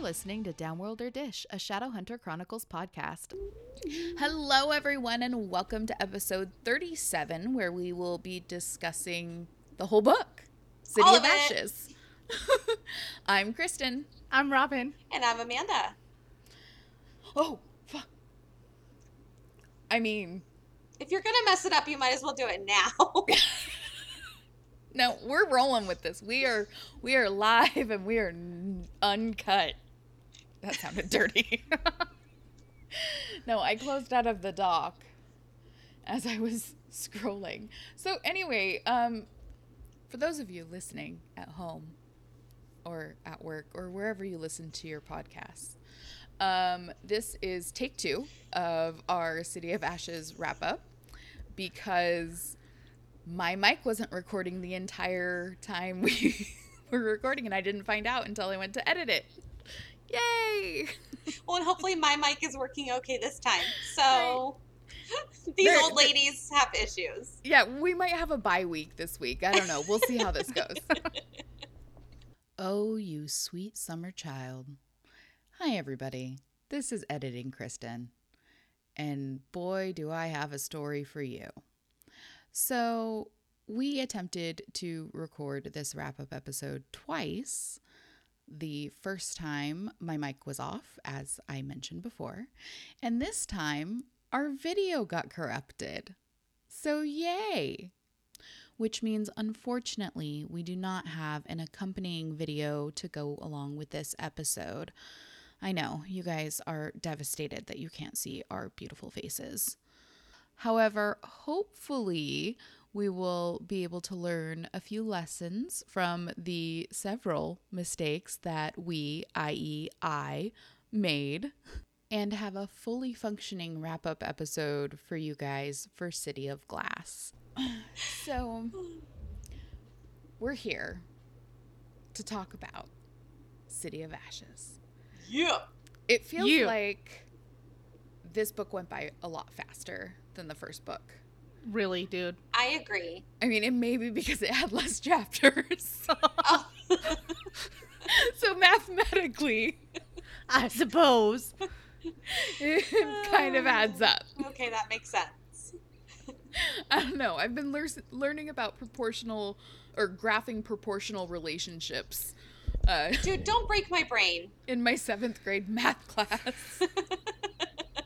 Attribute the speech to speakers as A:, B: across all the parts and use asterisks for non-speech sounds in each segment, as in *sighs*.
A: listening to Downworlder Dish, a Shadowhunter Chronicles podcast.
B: Hello, everyone, and welcome to episode 37, where we will be discussing the whole book, City
C: All
B: of
C: of it.
B: Ashes. *laughs* I'm Kristen.
A: I'm Robin.
C: And I'm Amanda.
B: Oh, fuck. I mean,
C: If you're gonna mess it up, you might as well do it now. *laughs*
B: no, we're rolling with this. We are, we are live and we are n- uncut. That sounded dirty. *laughs* no, I closed out of the dock as I was scrolling. So anyway, um, for those of you listening at home or at work or wherever you listen to your podcasts, um, this is take two of our City of Ashes wrap up because my mic wasn't recording the entire time we *laughs* were recording and I didn't find out until I went to edit it. Yay!
C: well, and hopefully my mic is working okay this time. So *laughs* these
B: There-
C: old ladies have issues.
B: Yeah, we might have a bye week this week. I don't know. We'll see how this goes. oh, you sweet summer child. Hi, everybody. This is Editing Kristen. And boy, do I have a story for you. So, we attempted to record this wrap up episode twice. The first time, my mic was off, as I mentioned before. And this time, our video got corrupted. So, yay! Which means, unfortunately, we do not have an accompanying video to go along with this episode. I know you guys are devastated that you can't see our beautiful faces. However, hopefully, we will be able to learn a few lessons from the several mistakes that we, i.e., I, made and have a fully functioning wrap up episode for you guys for City of Glass. so, we're here to talk about City of Ashes.
C: Yeah.
B: It feels
A: You.
B: like this book went by a lot faster than the first book.
A: Really, dude.
C: I agree.
B: I mean, it may be because it had less *laughs* chapters.
C: Oh,
B: so, mathematically,
A: I suppose.
B: it kind of adds up.
C: okay, that makes sense.
B: *laughs* I don't know. I've been lear- learning about proportional or graphing proportional relationships uh,
C: Dude, don't break my brain. *laughs*
B: in my seventh grade math class.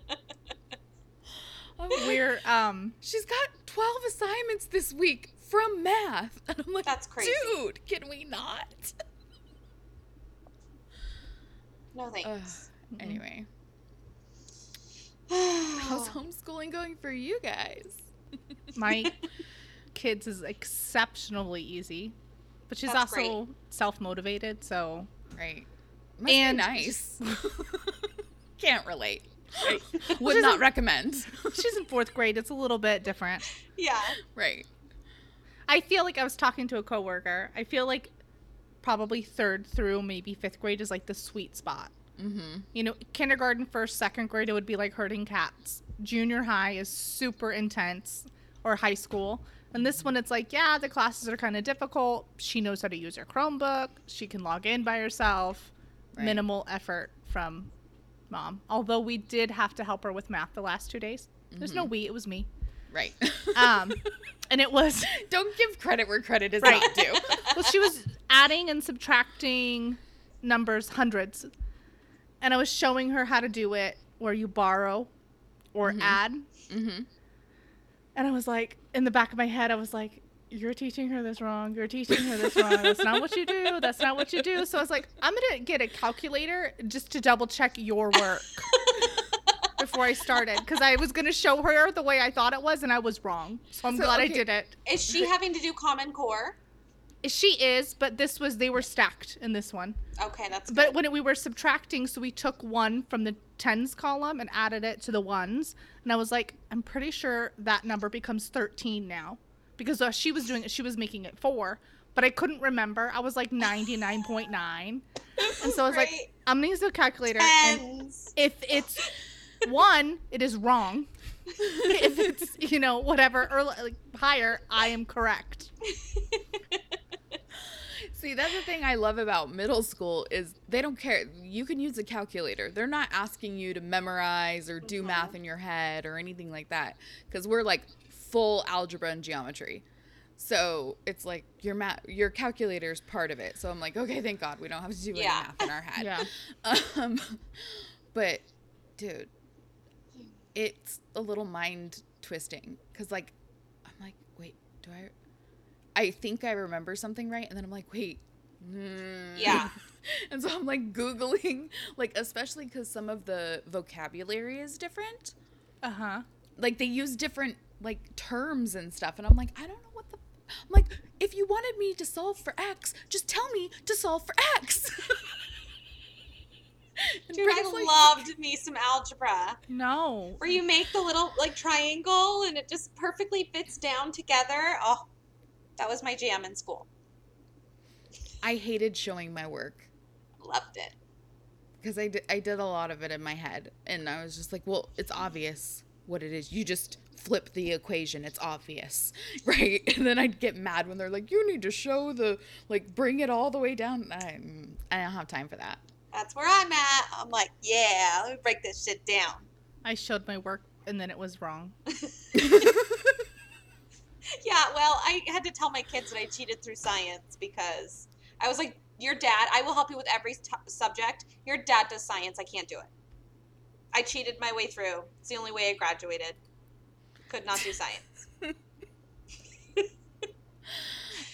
B: *laughs* I'm like,
D: We're um
B: She's got 12 assignments this week from math. *laughs* And I'm like,
C: That's crazy.
B: dude, can we not?
D: Mm-hmm.
C: No thanks.
D: Mhm.
A: *laughs*
B: Anyway,
C: *sighs*
D: Oh.
B: how's homeschooling going for you guys?
D: my kids is exceptionally easy. But she's
C: That's
D: also self motivated, so
B: Right. Must
D: And-
B: be nice. *laughs* Can't relate. *laughs* Would
D: She's
B: not
D: *laughs* a-
B: recommend.
D: she's in fourth grade, it's a little bit different.
C: yeah.
B: right.
D: I feel like I was talking to a coworker. I feel like probably third through maybe fifth grade is like the sweet spot.
B: Mm-hmm.
D: You know, kindergarten, first, second grade, it would be like herding cats. Junior high is super intense, or high school. And this one, it's like, yeah, the classes are kind of difficult. She knows how to use her Chromebook. She can log in by herself.
B: Right.
D: Minimal effort from mom. Although we did have to help her with math the last two days. There's
B: Mm-hmm.
D: no we, it was me.
B: Right. *laughs*
D: Um, and it was,
B: Don't give credit where credit is
D: Right.
B: not due.
D: well, she was adding and subtracting numbers, hundreds. And I was showing her how to do it where you borrow or add.
B: mm-hmm.
D: And I was like, in the back of my head, I was like, you're teaching her this wrong. You're teaching her this wrong. That's not what you do. That's not what you do. So I was like, I'm going to get a calculator just to double check your
B: *laughs*
D: work before I started. Because I was going to show her the way I thought it was, and I was wrong. So I'm
B: So,
D: glad
B: okay.
D: I did it.
C: Is she
B: *laughs*
C: having to do Common Core?
D: She is, but this was, they were stacked in this one.
C: Okay, that's good.
D: But when it, we were subtracting, so we took one from the tens column and added it to the ones. And I was like, I'm pretty sure that number becomes 13 now because uh, she was doing it, she was making it four, but I couldn't remember. I was like 99.9. And so I was like,
C: Great.
D: I'm going to use the calculator. And
C: Tens.
D: if it's one, it is wrong. *laughs* *laughs* if it's, you know, whatever, or like higher, I am correct.
B: See, that's the thing I love about middle school is they don't care. You can use a calculator. They're not asking you to memorize or do math in your head or anything like that cuz we're like full algebra and geometry. So, it's like your math your calculator's part of it. So I'm like, okay, thank God we don't have to do any
C: Yeah.
B: math in our head.
D: *laughs* Yeah.
B: Um, *laughs* but, dude, it's a little mind twisting because, like, I'm like, wait, do I? I think I remember something right, and then I'm like, wait. mm.
C: Yeah.
B: *laughs* and so I'm like googling, like especially because some of the vocabulary is different.
D: Uh huh.
B: Like they use different like terms and stuff, and I'm like, I don't know what the. I'm like, if you wanted me to solve for X, just tell me to solve for X. *laughs* And
C: Dude,
B: Brandon's
C: I
B: like-
C: loved me some algebra.
D: No.
C: Where you make the little like triangle and it just perfectly fits down together. Oh, that was my jam in school.
B: I hated showing my work
C: Loved it.
B: because I did, I did a lot of it in my head. And I was just like, well, it's obvious what it is. You just flip the equation. It's obvious. *laughs* Right. And then I'd get mad when they're like, you need to show the, like, bring it all the way down. I, mm, I don't have time for that. *laughs*
C: That's where I'm at. I'm like, yeah, let me break this shit down.
D: I showed my work and then it was wrong.
C: Yeah, well, I had to tell my kids that I cheated through science because I was like, your dad, I will help you with every t- subject. Your dad does science. I can't do it. I cheated my way through. It's the only way I graduated. Could not do science.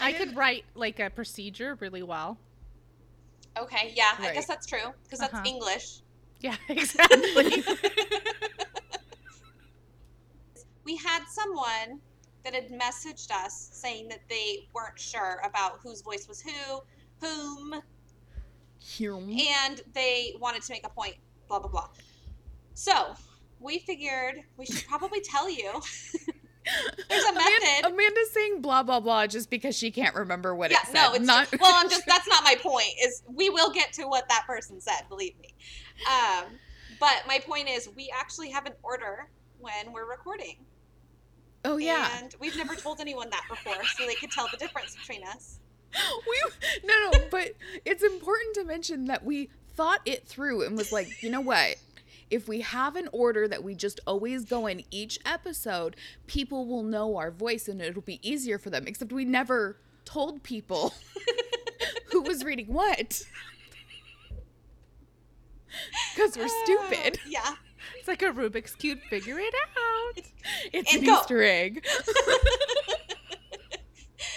D: I could write like a procedure
C: *laughs*
D: really well.
C: Okay, yeah, I
B: Right.
C: guess that's true because that's
D: Uh-huh.
C: English.
D: Yeah, *laughs* exactly.
C: we had someone that had messaged us saying that they weren't sure about whose voice was who, whom,
B: Hume.
C: and they wanted to make a point, blah, blah, blah. So we figured we should
B: *laughs*
C: probably tell you there's a method.
B: Amanda's saying blah, blah, blah just because she can't remember what
C: Yeah,
B: it said.
C: no, it's not. Well, I'm just, that's not my point, is we will get to what that person said, believe me. Um, but my point is, we actually have an order when we're recording.
B: *laughs* oh, yeah.
C: And we've never told anyone that before, so they could tell the difference between us.
B: *laughs* we no no but it's important to mention that we thought it through and was like you know what if we have an order that we just always go in each episode people will know our voice and it'll be easier for them except we never told
C: *laughs*
B: people who was reading what because we're stupid
C: Uh, *laughs* yeah.
D: it's like a Rubik's Cube. Figure it out.
B: it's
C: Oh. and
B: an
C: go-
B: easter egg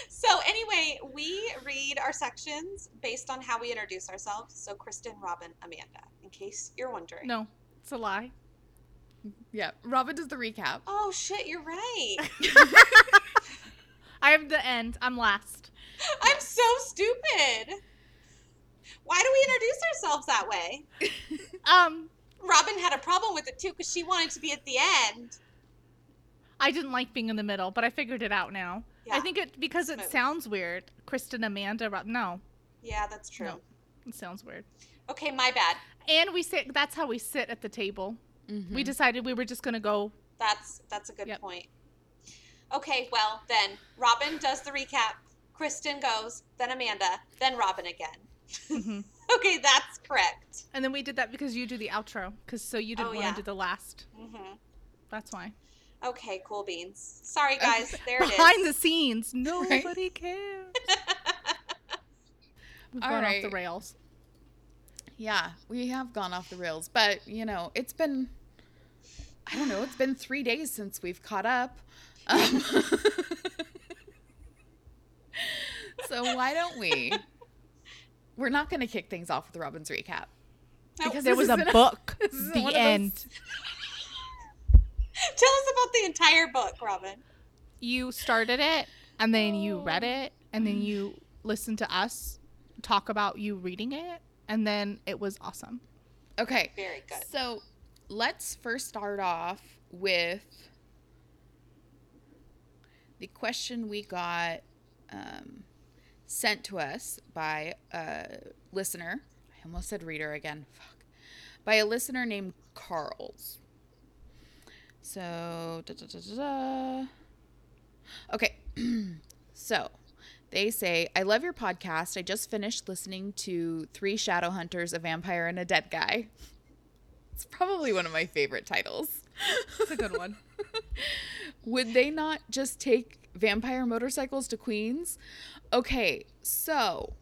C: So anyway, we read our sections based on how we introduce ourselves. So Kristen, Robin, Amanda, in case you're wondering.
D: No, it's a lie.
B: yeah robin does the recap
C: Oh shit, you're right.
D: I am the end. I'm last.
C: I'm so stupid. Why do we introduce ourselves that way?
D: Um,
C: Robin had a problem with it too because she wanted to be at the end.
D: I didn't like being in the middle, but I figured it out now.
C: Yeah,
D: I think it because it
C: Smooth.
D: sounds weird. Kristen Amanda. Ro- No,
C: yeah, that's true.
D: No. it sounds weird.
C: Okay, my bad.
D: And we sit. That's how we sit at the table. We
B: Mm-hmm.
D: decided we were just gonna go.
C: That's that's a good
D: Yep.
C: point. Okay, well then Robin does the recap. Kristen goes, then Amanda, then Robin again. *laughs*
D: Mhm.
C: Okay, that's correct.
D: and then we did that because you do the outro. Because so you didn't
C: Oh,
D: want to
C: yeah.
D: do the last.
C: hmm
B: Mm-hmm.
D: That's why.
C: Okay, cool beans. Sorry guys, there it is.
D: Behind the *laughs* scenes, nobody cares. We've
B: All
D: gone off the
B: right.
D: rails.
B: Yeah, we have gone off the rails, but you know, it's been I don't know, it's been 3 days since we've caught up. Um, *laughs* so why don't we We're not going to kick things off with Robin's recap.
C: Nope.
B: Because
D: There
B: this
D: was a *laughs*
B: isn't
D: book.
B: this isn't
D: the
B: one of those-
D: end.
C: *laughs* Tell us about the entire book, Robin.
D: you started it and then you read it and then you listened to us talk about you reading it and then it was awesome.
B: Okay.
C: Very good.
B: So let's first start off with the question we got um, sent to us by a listener. I almost said reader again. Fuck. By a listener named Carls. *clears throat* So, da, da, da, da, da. okay. so They say, I love your podcast. I just finished listening to Three Shadow Hunters, a Vampire, and a Dead Guy. It's probably one of my favorite titles.
E: That's a good one.
B: Would they not just take vampire motorcycles to Queens? Okay, so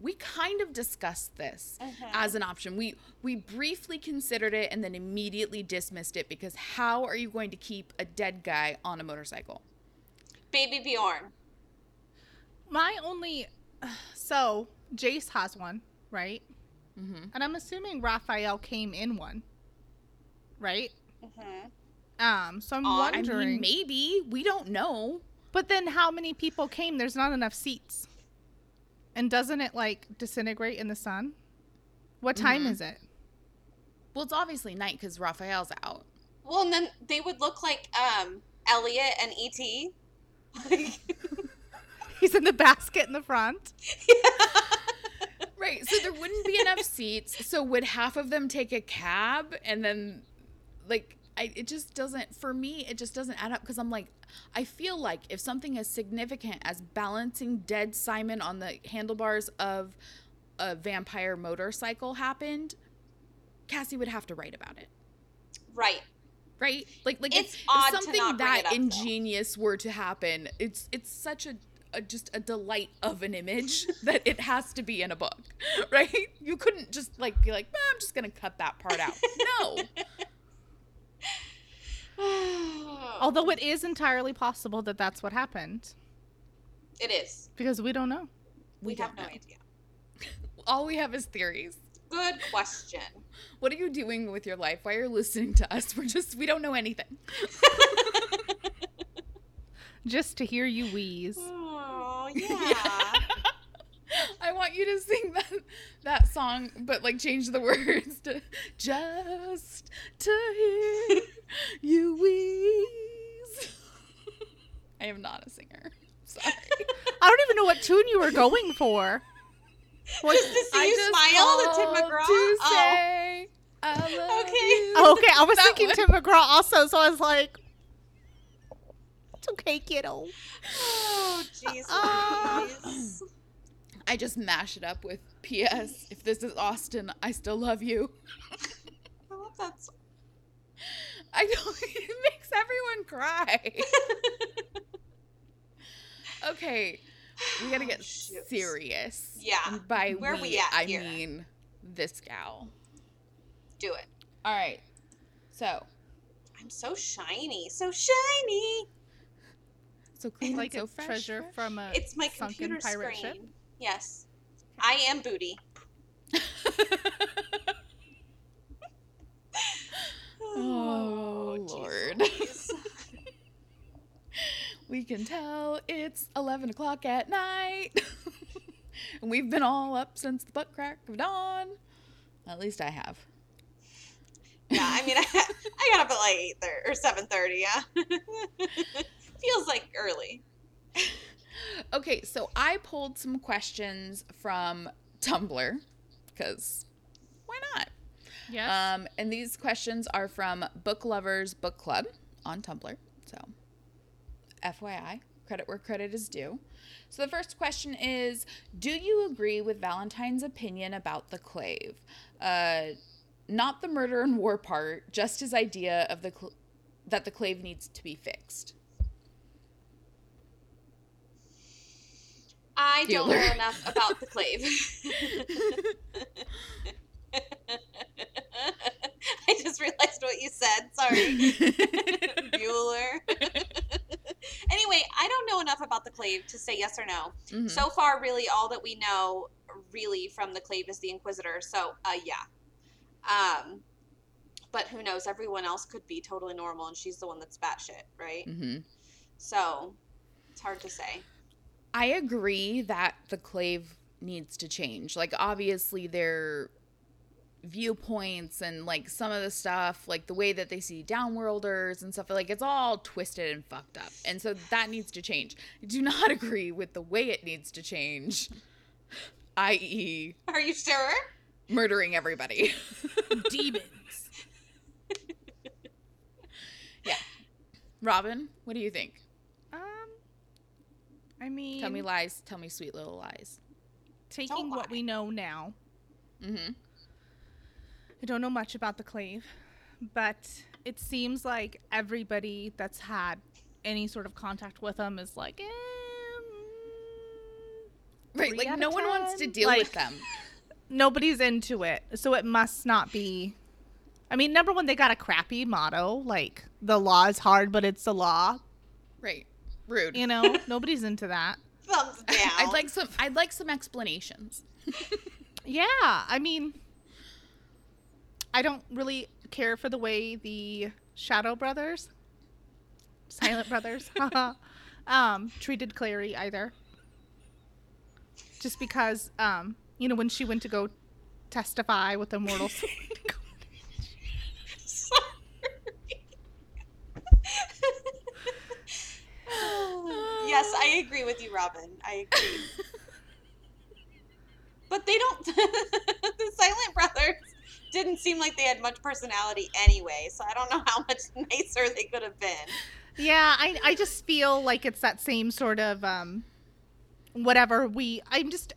B: we kind of discussed this as an option. We we briefly considered it and then immediately dismissed it because how are you going to keep a dead guy on a motorcycle?
C: Baby Bjorn.
D: *laughs* My only *sighs* so Jace has one, right?
B: Mm-hmm.
D: And I'm assuming Raphael came in one, right?
B: Mm-hmm.
C: Mhm.
D: Um, so I'm
C: Aw, I mean,
D: wondering.
B: I mean, maybe we don't know.
D: but then, how many people came? There's not enough seats. And doesn't it like disintegrate in the sun? What time
B: Mm-hmm.
D: is it? *laughs*
B: Well, it's obviously night because Raphael's out.
C: Well, and then they would look like um, Elliot and E E.T.
D: He's in the basket in the front.
B: Right. So there wouldn't be enough seats. So would half of them take a cab and then like I, it just doesn't for me it just doesn't add up because I'm like I feel like if something as significant as balancing dead Simon on the handlebars of a vampire motorcycle happened, Cassie would have to write about it.
C: *laughs* right.
B: Right? Like like
C: It's
B: if,
C: odd
B: if
C: to
B: something
C: not bring
B: that
C: it up, though. *sighs*
B: ingenious were to happen, it's it's such a, a just a delight of an image
C: *laughs*
B: that it has to be in a book. *laughs* Right? You couldn't just like be like, "Nah, I'm just gonna cut that part
C: *laughs*
B: out. No.
D: Although it is entirely possible that that's what happened
C: it is.
D: because we don't know.
C: We, have
B: don't
C: no
B: know.
C: idea.
B: All we have is theories.
C: Good question.
B: What are you doing with your life? Why are you listening to us? *laughs* We're just we don't know anything.
D: Just to hear you
B: *laughs*
D: wheeze.
C: Oh, yeah.
B: I want you to sing that that song, but like change the words to just to hear you wheeze. I am not a singer. Sorry.
D: I don't even know what tune you were going
B: *laughs*
D: for. What-
C: just to see you smile, the Tim McGraw.
B: To
C: Oh,
B: say I love
C: okay.
D: Oh, *laughs* okay, I was
B: That
D: thinking
B: one.
D: Tim McGraw also, so I was like, it's okay, kiddo.
C: Oh, jeez.
D: Ah.
C: Louise.
B: you. I just mash it up with P.S. If this is Austin, I still love you.
C: I love that song.
B: I know *laughs* it makes everyone cry. okay, we gotta get
C: Oh, shoot.
B: serious.
C: Yeah,
B: And by
C: where
B: we,
C: we at
B: I
C: here?
B: mean this gal.
C: *laughs* Do it.
B: All right. So,
C: I'm so shiny. So shiny.
B: so clean
D: Like
B: and so
D: a
B: fresh,
D: treasure
B: fresh.
D: from a
C: It's my
D: Uh, sunken
C: computer
D: pirate
C: screen.
D: ship.
C: Yes. I am booty.
B: Oh,
C: jeez
B: Lord.
C: Louise.
B: *laughs* We can tell it's eleven o'clock at night, *laughs* and we've been all up since the butt crack of dawn. At least I have.
C: yeah, I mean, *laughs* I, I got up at like 8 thir- or 7.30, yeah. *laughs* Feels like early.
B: Okay, so I pulled some questions from Tumblr because why not?
D: Yes.
B: Um, and these questions are from Book Lovers Book Club on Tumblr. So, FYI, credit where credit is due. So, the first question is Do you agree with Valentine's opinion about the clave? Uh, not the murder and war part, just his idea of the cl- that the clave needs to be fixed.
C: I don't know
B: Dealer.
C: enough about
B: *laughs*
C: the clave. I just realized what you said.
B: *laughs*
C: Sorry. *laughs* Bueller. anyway, I don't know enough about the clave to say yes or no.
B: Mhm.
C: So far, really, all that we know, really, from the clave is the Inquisitor. So, uh, yeah. Um, but who knows? Everyone else could be totally normal, and she's the one that's batshit, right?
B: Mhm.
C: So, it's hard to say.
B: I agree that the clave needs to change. Like obviously their viewpoints and like some of the stuff, like the way that they see downworlders and stuff, like it's all twisted and fucked up. And so that needs to change. I do not *laughs* agree with the way it needs to change. i.e.
C: Are you sure?
B: murdering everybody. *laughs* uh,
D: demons.
B: Robin, what do you think?
D: Um, I mean,
B: Tell me lies. Tell me sweet little lies.
D: taking what
C: lie.
D: we know now,
B: Mm-hmm.
D: I don't know much about the Clave, but it seems like everybody that's had any sort of contact with them is like, eh, mm,
B: Right.
D: Three
B: like
D: out
B: no
D: of
B: one wants to
D: 10?
B: deal
D: Like-
B: with them.
D: nobody's into it. So it must not be. I mean, number one, they got a crappy motto like, the law is hard, but it's the law.
B: Right. Rude.
D: You know,
B: *laughs*
D: nobody's into that.
C: Thumbs down.
B: I'd like some. I'd like some explanations.
D: Yeah, I mean, I don't really care for the way the Shadow Brothers, Silent Brothers, *laughs* um, treated Clary either. Just because, um, you know, when she went to go testify with the mortals,
C: Sorry. yes, I agree with you, Robin. I agree. but they don't. *laughs* the Silent Brothers didn't seem like they had much personality anyway, so I don't know how much nicer they could have been.
D: yeah, I, I just feel like it's that same sort of um, whatever we. I'm just,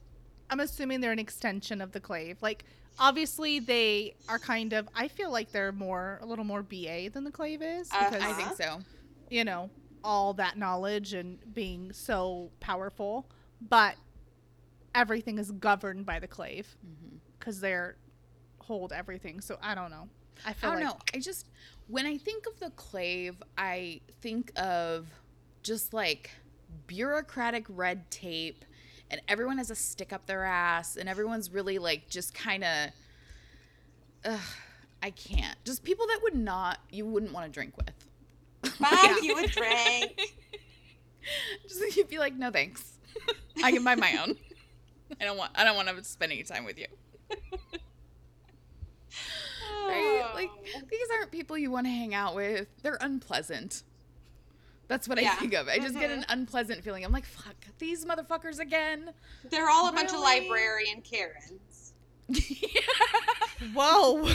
D: I'm assuming they're an extension of the Clave. Like, obviously, they are kind of. I feel like they're more, a little more BA than the Clave is
C: Uh,
D: because
B: I
C: Uh-huh.
B: think so.
D: you know all that knowledge and being so powerful, but everything is governed by the Clave because they're hold everything. So I don't know. I
B: I
D: feel
B: don't
D: like
B: know. I just when I think of the clave, I think of just like bureaucratic red tape and everyone has a stick up their ass and everyone's really like just kind of I can't. Just people that would not you wouldn't want to drink with. *laughs*
C: Buy you a drink.
B: Just you'd be like, "No thanks. *laughs* I can buy my own. *laughs* I don't want I don't want to spend any time with you." Right? Like
C: Oh.
B: these aren't people you want to hang out with. They're unpleasant. That's what
C: Yeah.
B: I think of. I just get an unpleasant feeling. I'm like, fuck, these motherfuckers again. *laughs*
C: they're all a bunch of
B: Really?
C: librarian Karens.
D: whoa,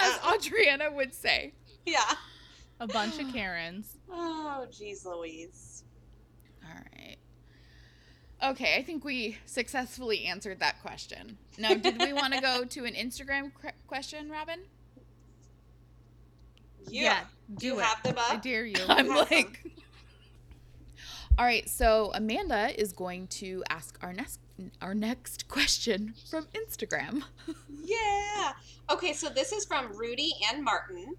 B: As Adriana would say.
C: Yeah.
D: a bunch of Karens.
C: Oh, geez, Louise.
B: All right. Okay, I think we successfully answered that question. Now, did we want to go to an Instagram cre- question, Robin?
C: Yeah. Do you
D: it.
C: have them up?
D: I
B: *laughs*
D: dare you.
B: I'm
C: Awesome.
B: like. All right, so Amanda is going to ask our next our next question from Instagram.
C: Yeah. Okay, so this is from Rudy and Martin.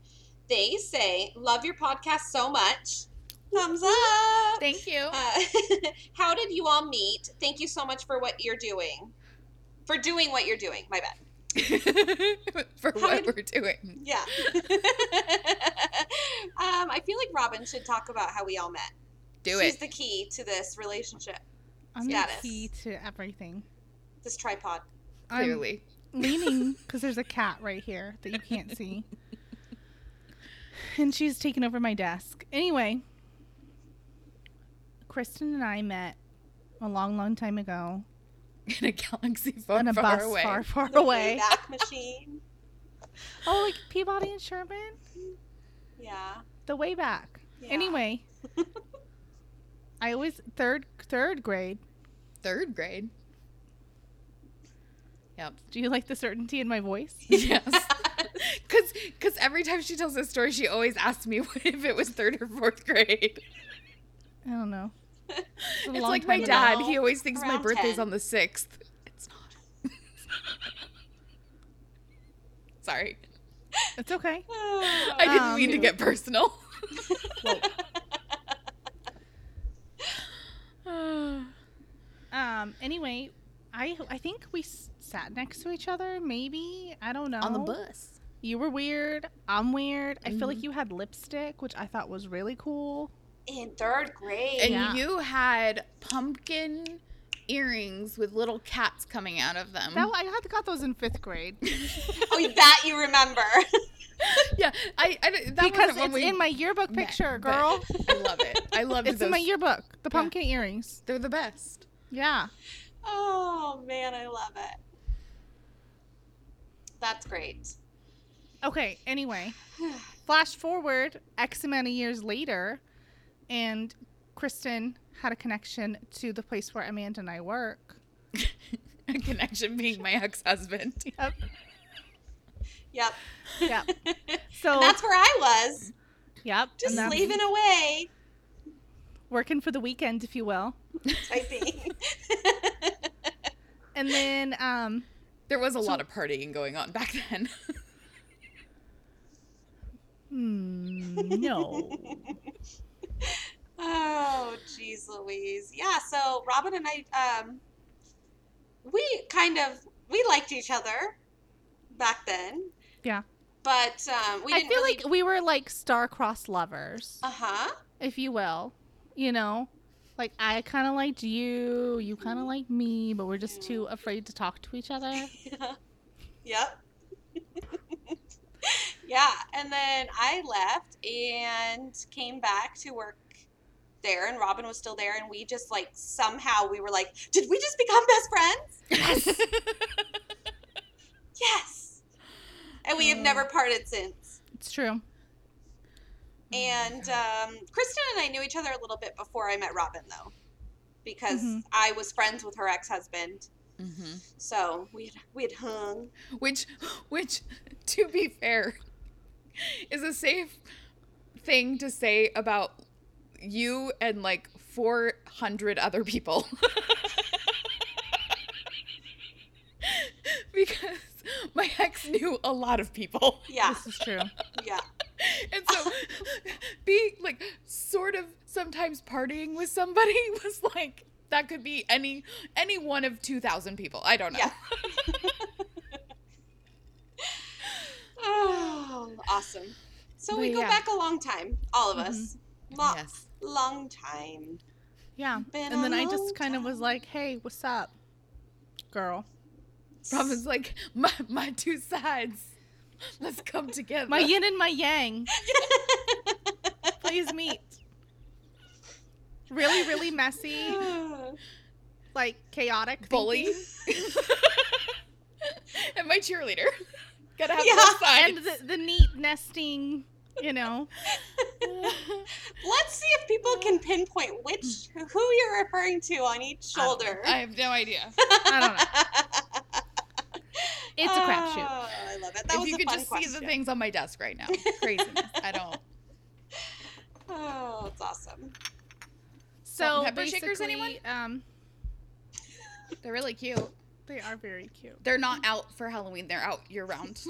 C: They say, Love your podcast so much. Thumbs up.
B: Thank you.
C: Uh, *laughs* how did you all meet? Thank you so much for what you're doing. For doing what you're doing. My bad.
B: *laughs* for
C: How
B: what
C: did-
B: we're doing.
C: Yeah. *laughs* um, I feel like Robin should talk about how we all met.
B: Do
C: She's
B: it.
C: the key to this relationship,
D: I'm
C: Status.
D: the key to everything.
C: this tripod.
B: Clearly. *laughs*
D: I'm leaning because there's a cat right here that you can't see, and she's taken over my desk. Anyway, Kristen and I met a long, long time ago
B: in a galaxy far,
D: on a
B: far
D: bus
B: away.
D: far, far
C: The
D: away.
C: Wayback Machine.
D: Oh, like Peabody and Sherman,
C: Yeah.
D: the way back.
C: Yeah.
D: Anyway,
B: *laughs*
D: I always third third grade.
B: Third grade. Yep.
C: *laughs*
D: Do you like the certainty in my voice?
B: Yes. *laughs* Cause, Cause every time she tells this story, she always asks me *laughs* if it was third or fourth grade.
D: I don't
B: *laughs*
D: know. a
B: It's
D: long
B: like my
D: time ago.
B: dad. He always thinks my
C: Around
B: birthday's
C: 10.
B: on the sixth. It's not. *laughs* Sorry.
D: It's okay.
C: Oh.
B: I didn't
D: Um,
B: mean to get personal.
D: Um. Anyway, I I think we s- sat next to each other. Maybe I don't know.
B: on the bus.
D: You were weird. I'm weird. I feel like you had lipstick, which I thought was really cool.
C: *laughs* In third grade.
B: And
D: Yeah.
B: you had pumpkin earrings with little cats coming out of them. *laughs*
D: That I had got those in fifth grade
C: oh, *laughs* that you
D: *laughs*
C: remember.
B: yeah, I, I don't- that
D: because
B: wasn't when
D: it's
B: we
D: in my yearbook
B: met,
D: picture,
B: but
D: girl.
B: I love it. I love
D: *laughs* It's
B: those.
D: in my yearbook. The pumpkin earrings.
B: They're the best. *laughs*
D: Yeah.
C: Oh man, I love it. That's great.
D: Okay, *sighs* anyway, flash forward X amount of years later, and Kristen had a connection to the place where Amanda and I work.
B: A connection being my ex-husband.
D: *laughs* Yep.
C: Yep.
D: Yep.
C: *laughs*
D: So
C: And that's where I was,
D: yep.
C: just
D: and that's
C: slaving away,
D: working for the weekend, if you will.
C: typing. *laughs*
D: And then um
B: There was a
D: So-
B: lot of partying going on back then.
D: hmm, no.
C: oh, jeez, Louise. Yeah. So Robin and I, um, we kind of we liked each other back then.
D: Yeah.
C: But um, *laughs* we
D: I
C: didn't
D: feel
C: really.
D: like we were like star-crossed lovers,
C: uh huh.
D: if you will. You know, like I kind of liked you, you kind of liked me, but we're just too afraid to talk to each other.
C: *laughs* Yep. yeah, and then I left and came back to work there, and Robin was still there, and we just like somehow we were like, did we just become best friends?
B: *laughs*
C: Yes. And we have never parted since.
D: It's true.
C: And um, Kristen and I knew each other a little bit before I met Robin, though, because
D: Mhm.
C: I was friends with her ex husband.
B: hmm
C: So we had, we had hung.
B: Which, which, to be fair, is a safe thing to say about you and like 400 other people. *laughs* because my ex knew a lot of people.
C: Yeah,
D: This is true.
C: yeah.
B: And so being like sort of sometimes partying with somebody *laughs* was like that could be any any one of 2000 people. I don't know. *laughs*
C: Yeah. Oh, awesome. So we
B: But
C: go
B: yeah. Mm-hmm.
C: back a long time, all of us. Lo-
F: Yes.
C: Long time.
D: Yeah.
C: Been
D: and then
C: a
D: I
C: long
D: just kind of was
C: time.
D: like, "Hey, what's up, girl?
B: Robin's like my my two sides. Let's come together.
D: My yin and
C: *laughs*
D: my yang. Please meet." Really, really messy, like chaotic.
B: bully.
D: thinking.
B: *laughs* and my cheerleader. *laughs* Gotta have
C: Yeah.
B: both sides.
D: and the, the neat nesting. You know,
C: Let's see if people
B: *sighs*
C: can pinpoint which who you're referring to on each shoulder.
B: *laughs* Mm. I have no idea.
D: I don't know. It's a *laughs* crapshoot.
C: *laughs* Oh, I love it. *laughs* That
B: if
C: was
B: you
C: a
B: could
C: fun
B: just
C: question.
B: see the things on my desk right
C: *laughs*
B: now. Craziness. I don't.
C: Oh, it's awesome.
D: So
B: Pepper shakers,
D: basically,
B: anyone?
D: Um,
B: They're really cute.
D: they are very cute.
B: They're not out for Halloween. They're out year
C: *laughs*
B: round.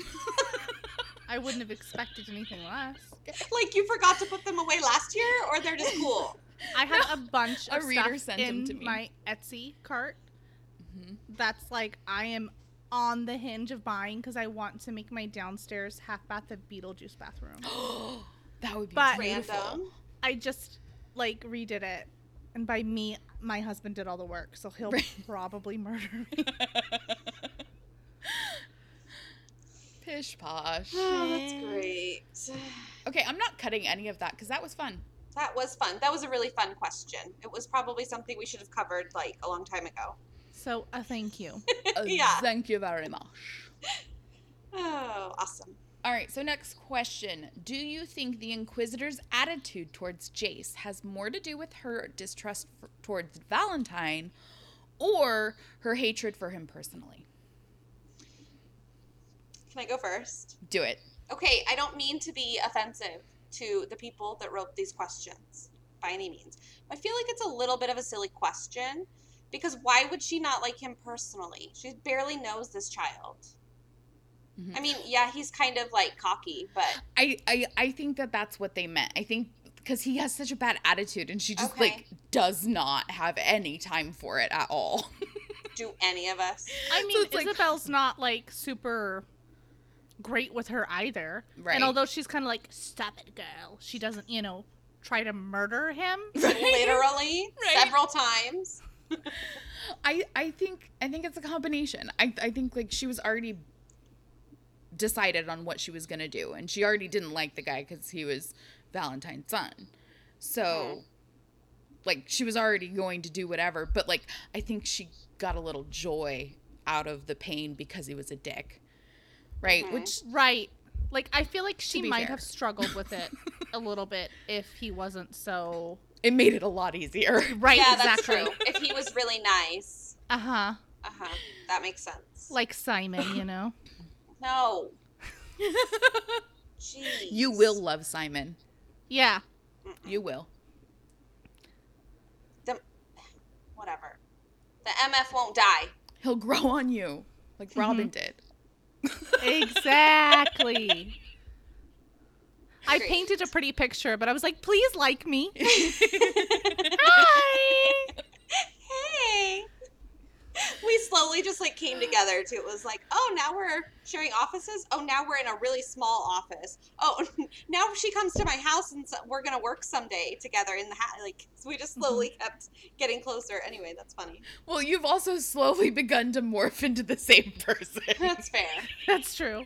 D: I wouldn't have expected anything less.
C: Like you forgot to put them away last year, or they're
B: *laughs*
C: just cool.
D: I have *laughs* a bunch
B: A
D: of
B: reader
D: stuff
B: sent 'em
D: in
B: to me.
D: my Etsy cart. That's like I am on the hinge of buying because I want to make my downstairs half bath a Beetlejuice *gasps* bathroom.
B: *gasps* that would be
D: But-
B: beautiful.
C: Random.
D: I just like redid it, and by me, my husband did all the work, so he'll probably murder me.
B: *laughs* Pish posh.
C: Oh, that's great.
B: Okay, I'm not cutting any of that because that was fun.
C: That was fun. That was a really fun question. It was probably something we should have covered like a long time ago.
D: So uh, thank you.
B: Uh,
C: *laughs* Yeah.
B: Thank you very much.
C: Oh, awesome.
B: All right, so next question. Do you think the Inquisitor's attitude towards Jace has more to do with her distrust for, towards Valentine or her hatred for him personally?
C: Can I go first?
B: Do it.
C: Okay, I don't mean to be offensive to the people that wrote these questions by any means. I feel like it's a little bit of a silly question because why would she not like him personally? She barely knows this child.
B: Mhm.
D: Mm-hmm.
C: I mean, yeah, he's kind of like cocky, but
B: I, I, I think that that's what they meant. I think because he has such a bad attitude and she just
C: Okay.
B: like does not have any time for it at all.
C: do any of
D: *laughs*
C: us?
B: *laughs*
D: I mean,
B: it's like-
D: Isabel's not like super great with her either.
B: Right.
D: And although she's kind of like, stop it, girl, she doesn't, you know, try to murder him.
B: *laughs*
C: Literally
B: Right.
C: several times.
B: I, I think I think it's a combination. I, I think like she was already decided on what she was gonna do, and she already didn't like the guy because he was Valentine's son. So, like she was already going to do whatever, but like I think she got a little joy out of the pain because he was a dick, right?
C: Mhm.
B: Which
D: Right. Like, I feel like she
B: be
D: might
B: fair. *laughs*
D: have struggled with it a little bit if he wasn't so
B: it made it a lot easier.
D: Right,
C: yeah,
D: exactly.
C: that's true. If he was really nice,
D: Uh huh.
C: uh huh, that makes sense.
D: Like Simon, you
B: *laughs*
D: know? *laughs*
C: no. Jeez.
B: You will love Simon.
D: Yeah.
B: You will.
C: The, whatever. The MF won't die.
B: He'll grow on you like Robin did. *laughs*
D: Exactly. I
C: Great.
D: painted a pretty picture, but I was like, please
B: *laughs*
D: like me. Hi.
C: Hey. We slowly just like came together to it was like, oh, now we're sharing offices. Oh, now we're in a really small office. Oh, *laughs* now she comes to my house and so- we're gonna work someday together in the hat. Like so we just slowly
D: Mm-hmm.
C: kept getting closer. Anyway, that's funny.
B: Well, you've also slowly begun to morph into the same person.
C: *laughs*
B: *laughs*
C: That's
D: *laughs*
C: fair.
D: That's true.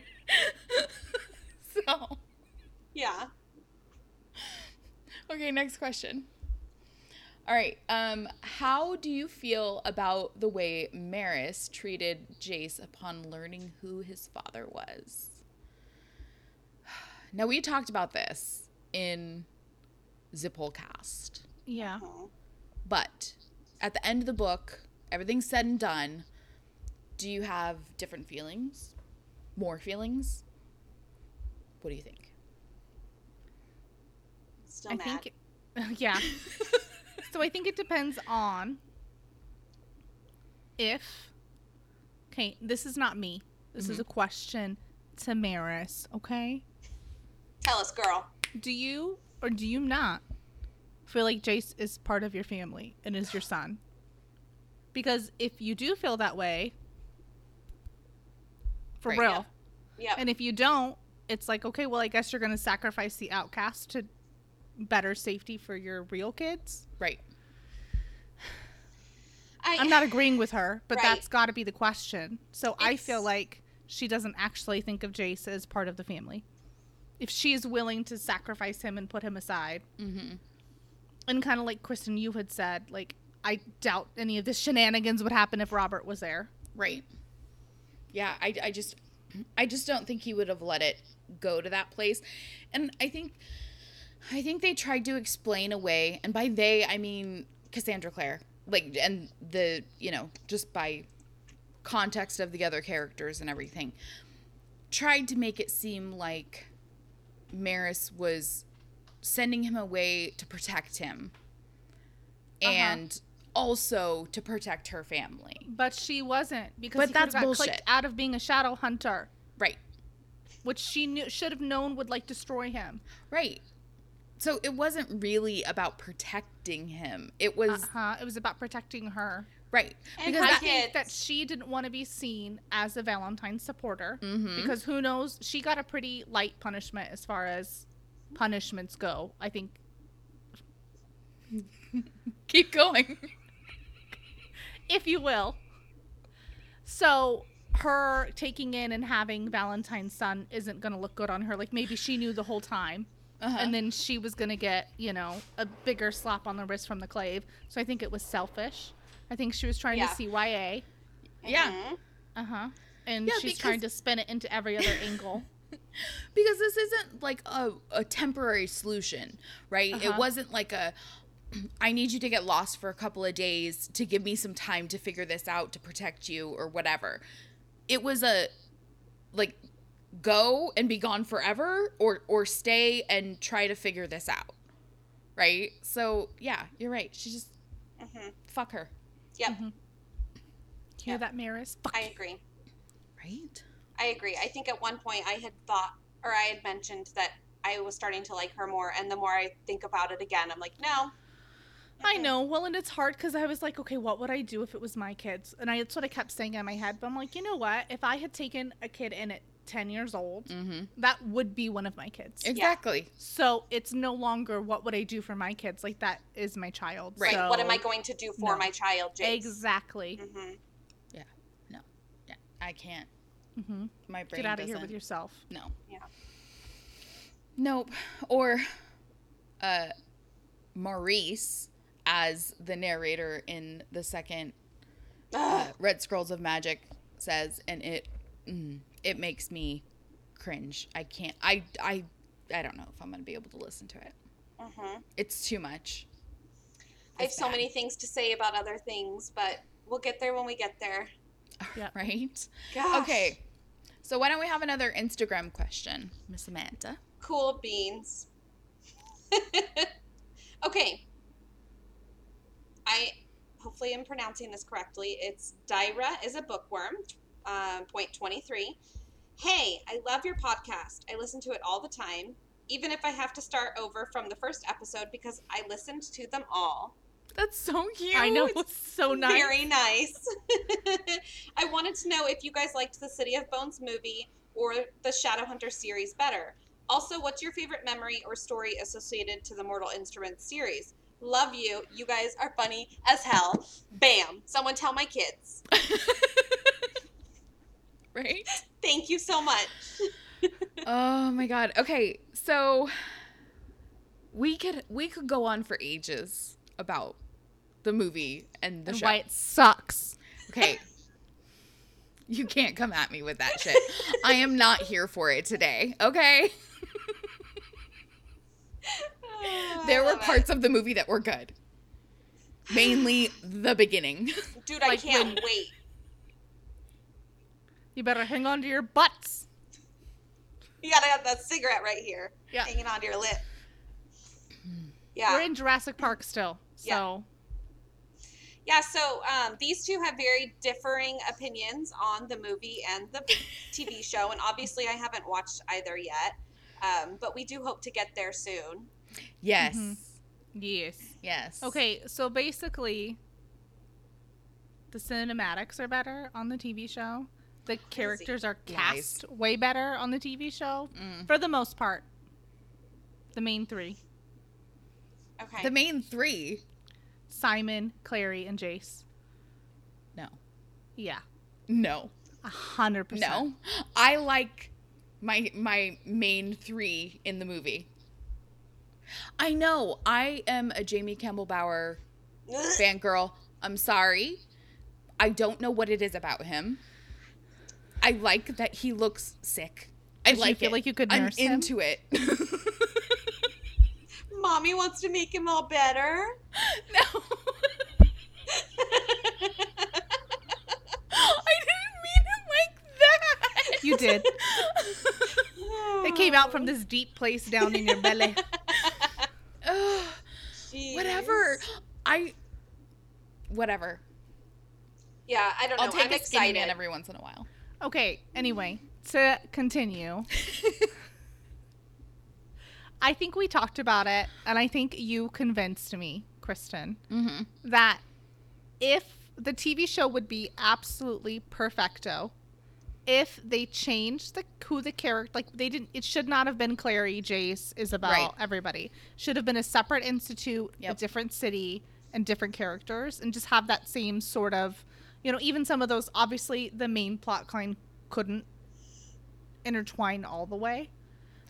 B: so,
C: Yeah.
B: okay, next question. All right. Um, how do you feel about the way Maris treated Jace upon learning who his father was? *sighs* Now we talked about this in Zipplecast.
D: Yeah.
C: Mhm.
B: But at the end of the book, everything's said and done. Do you have different feelings? More feelings? What do you think?
C: Still
D: I
C: mad.
D: think, *laughs* yeah. so I think it depends on if. Okay, this is not me. This is a
B: Mm-hmm.
D: question to Maris. Okay,
C: Tell us, girl.
D: do you or do you not feel like Jace is part of your family and is your son? Because if you do feel that way, for
B: Right,
D: real,
B: yeah.
C: Yep.
D: and if you don't, it's like, okay, well, I guess you're going to sacrifice the outcast to better safety for your real kids.
B: Right.
C: I,
D: I'm not agreeing with her, but
C: Right.
D: that's got to be the question. So I feel
C: It's-
D: like she doesn't actually think of Jace as part of the family. If she is willing to sacrifice him and put him aside,
B: Mm-hmm.
D: and kind of like Kristen, you had said, like, I doubt any of the shenanigans would happen if Robert was there.
B: Right. Yeah, I, I just I just don't think he would have let it go to that place. And I think I think they tried to explain away and by they I mean Cassandra Clare. Like and the you know, just by context of the other characters and everything. Tried to make it seem like Maris was sending him away to protect him. And also to protect her family.
D: But she wasn't because
B: But
D: he
B: that's
D: that's got
B: bullshit.
D: clicked out of being a shadow hunter,
B: Right.
D: which she knew should have known would like destroy him.
B: Right. So it wasn't really about protecting him. It was
D: Uh huh. It was about protecting her.
B: right.
C: And
D: because
C: my
D: I
C: kids.
D: think that she didn't want to be seen as a Valentine supporter
B: Mhm.
D: because who knows? She got a pretty light punishment as far as punishments go. I think
B: *laughs* Keep going.
D: if you will. So her taking in and having Valentine's son isn't going to look good on her. Like maybe she knew the whole time,
B: Uh-huh.
D: and then she was going to get you know a bigger slap on the wrist from the clave. So I think it was selfish. I think she was trying
C: Yeah.
D: to CYA.
B: yeah.
C: Mhm.
D: Uh huh. And
B: Yeah,
D: she's
B: because-
D: trying to spin it into every other
B: *coughs*
D: angle.
B: Because this isn't like a, a temporary solution, right? It
D: Uh-huh.
B: wasn't like a *clears throat* I need you to get lost for a couple of days to give me some time to figure this out to protect you or whatever. It was a like go and be gone forever or or stay and try to figure this out. Right? So, yeah, you're right. She just
C: Mhm.
B: fuck her.
C: Yep.
D: Hear
C: Yeah.
D: that, Maris? Fuck
C: I
D: you.
C: agree.
B: Right?
C: I agree. I think at one point I had thought or I had mentioned that I was starting to like her more, and the more I think about it again, I'm like, no.
D: I know. Well, and it's hard because I was like, okay, what would I do if it was my kids? And I, that's what I kept saying in my head. But I'm like, you know what? If I had taken a kid in at 10 years old,
B: Mm-hmm.
D: that would be one of my kids.
B: Exactly.
D: so it's no longer what would I do for my kids? Like, that is my child.
B: Right.
D: So-
C: What am I going to do for
D: no.
C: my child, Jace?
B: Mm.
D: Exactly.
C: hmm
B: I can't.
D: hmm
B: My brain
D: Get out of
B: doesn't.
D: here with yourself.
B: No.
C: Yeah.
B: Nope. Or uh Maurice as the narrator in the second uh, Red Scrolls of Magic says and it mm, it makes me cringe. I can't I I I don't know if I'm going to be able to listen to it.
C: hmm
B: It's too much.
C: I have so
B: *laughs*
C: many things to say about other things, but we'll get there when we get there.
D: Yeah.
B: right?
C: Gosh.
B: Okay. So why don't we have another Instagram question, Miss Amanda?
C: Cool beans. *laughs* okay. I hopefully am pronouncing this correctly. It's Dyra is a bookworm, uh, point 23. Hey, I love your podcast. I listen to it all the time, even if I have to start over from the first episode because I listened to them all.
B: That's so cute.
D: I know. It's so Oh, nice.
C: Very nice. *laughs* I wanted to know if you guys liked the City of Bones movie or the Shadowhunter series better. Also, what's your favorite memory or story associated to the Mortal Instruments series? Love you. You guys are funny as hell. Bam. Someone tell my kids.
B: Right? *laughs*
C: Thank you so
D: *sighs*
C: much.
B: oh my god. Okay, so we could we could go on for ages about the movie and the
D: and
B: show.
D: why it sucks.
B: *laughs* Okay. You can't come at me with that *laughs* shit. I am not here for it today. Okay?
C: Oh, I
B: There were
C: *sighs* love it.
B: parts of the movie that were good. *gasps* Mainly the beginning. *laughs*
C: Dude,
D: like
C: I can't wait.
D: You better hang on to your butts.
C: You gotta have that cigarette right here
D: Yeah.
C: hanging onto your lip.
B: Hmm.
C: Yeah.
D: We're in Jurassic Park still. So
C: Yeah. Yeah, so um, these two have very differing opinions on the movie and
B: *laughs*
C: the TV show, and obviously I haven't watched either yet, um, but we do hope to get there soon.
B: Yes.
D: Mhm. yes.
B: Yes.
D: Okay, so basically, the cinematics are better on the TV show. The characters are cast way better on the TV show,
B: Mm.
D: for the most part. The main three
C: Okay.
B: The main three.
D: Simon, Clary, and Jace.
B: No.
D: Yeah,
B: No.
D: a 100%.
B: No. I like my my main three in the movie. I know. I am a Jamie Campbell Bauer fangirl. I'm sorry. I don't know what it is about him. I like that he looks sick. I
D: Did you
B: like
D: feel
B: it.
D: like you could
B: I'm
D: nurse him?
B: into it.
C: *laughs*
B: *laughs*
C: Mommy wants to make him all
B: *laughs*
C: better.
B: no. I didn't mean it like that.
D: You did. It came out
C: *laughs*
D: from this deep place down in your belly.
B: *laughs*
D: *laughs*
B: Ugh.
C: Jeez.
B: whatever. I whatever.
C: Yeah, I don't know.
B: I'll Oh, take
C: I'm
B: a skinny
C: excited.
B: man every once in a
C: *laughs*
B: while.
D: Okay, anyway, to continue. I think we talked about it, and I think you convinced me, Kristen,
B: Mhm.
D: that if the TV show would be absolutely perfecto, if they changed the who the character like they didn't, it should not have been Clary, Jace, Isabel,
B: Right.
D: everybody should have been a separate institute, a
B: Yep.
D: different city, and different characters, and just have that same sort of, you know, even some of those. Obviously, the main plot line couldn't intertwine all the way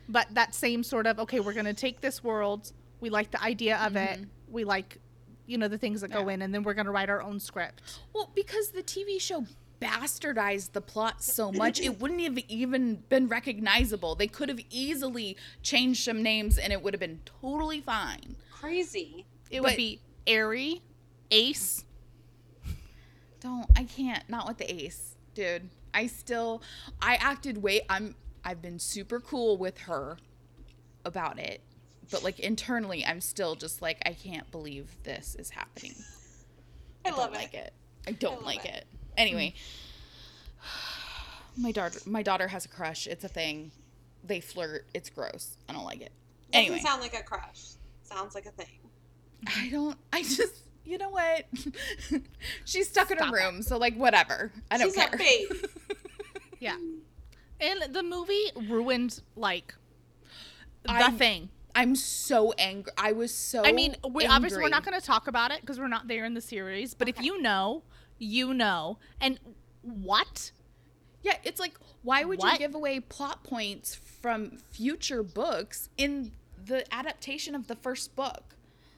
D: but that same sort of okay we're going to take this world we like the idea of it
B: Mm-hmm.
D: we like you know the things that go in and then we're going to write our own script
B: Well, because the TV show bastardized the plot so much, it wouldn't have even been recognizable. They could have easily changed some names and it would have been totally fine.
C: Crazy.
D: it
B: But-
D: would be airy ace
B: Don't I can't not with the ace, dude. I still I acted way I'm I've been super cool with her about it. But like internally I'm still just like I can't believe this is happening.
C: I,
B: I
C: love
B: don't
C: it.
B: like it. I don't
C: love
B: like
C: it.
B: it. Anyway, *sighs* my daughter my daughter has a crush. It's a thing. They flirt. It's gross. I don't like it. Anyway,
C: Doesn't sound like a crush. Sounds like a thing.
B: *laughs* I don't. I just. You know what? *laughs* She's stuck in
D: Stop
B: her
D: it.
B: room, so like whatever. I don't
C: She's
B: care.
C: a babe.
D: yeah and the movie ruined like the
B: I'm
D: thing
B: I'm so angry. I was so.
D: i mean we obviously we're not
B: angry.
D: going to talk about it because we're not there in the series but if you know you know and what
B: Yeah, it's like why would
D: What?
B: you give away plot points from future books in the adaptation of the first book?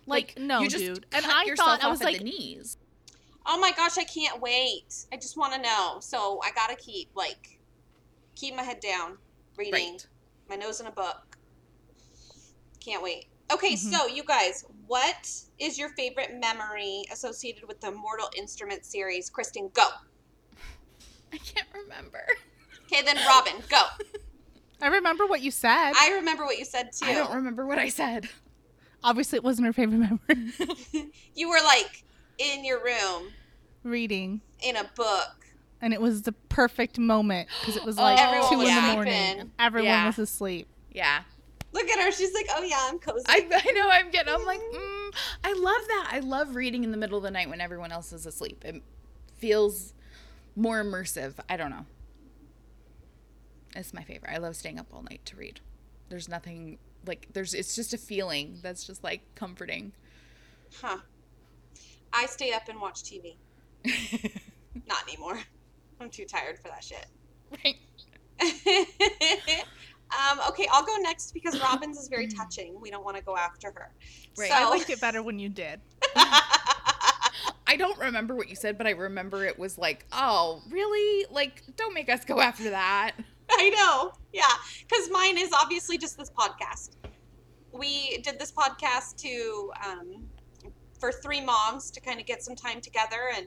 D: like, no
B: you just
D: dude
B: cut
D: and i
B: yourself
D: thought i
B: off
D: was
B: at
D: like
B: the knees.
C: Oh my gosh, I can't wait. I just want to know. So I gotta keep like keep my head down, reading,
B: Right.
C: my nose in a book. Can't wait. Okay,
B: Mm-hmm.
C: so you guys, what is your favorite memory associated with the Mortal Instrument series? Kristen, go.
B: I can't remember.
C: Okay, then Robin,
B: *laughs*
C: go.
D: I remember what you said.
C: I remember what you said too.
B: I don't remember what I said.
D: Obviously, it wasn't her favorite *laughs* memory.
C: you were like in your room
D: Reading,
C: in a book.
D: and it was the perfect moment because it was *gasps* like
B: Everyone
D: two
B: was
D: in the
B: sleeping.
D: morning. and Everyone
B: Yeah.
D: was asleep.
B: Yeah.
C: Look at her. She's like, oh yeah, I'm cozy.
B: I, *laughs* I know I'm getting *laughs* I'm like, mm, I love that. I love reading in the middle of the night when everyone else is asleep. It feels more immersive. I don't know. It's my favorite. I love staying up all night to read. There's nothing like there's it's just a feeling that's just like comforting.
C: huh. I stay up and watch TV. Not anymore. I'm too tired for that shit. *laughs*
B: Right.
C: um, okay, I'll go next because Robin's is very touching. We don't want to go after her.
B: Right.
C: So,
B: I
D: I liked it better when you did.
B: I don't remember what you said, but I remember it was like, "Oh, really? Like don't make us go after that."
C: I know. Yeah. Because mine is obviously just this podcast. We did this podcast to, um, for three moms to kind of get some time together and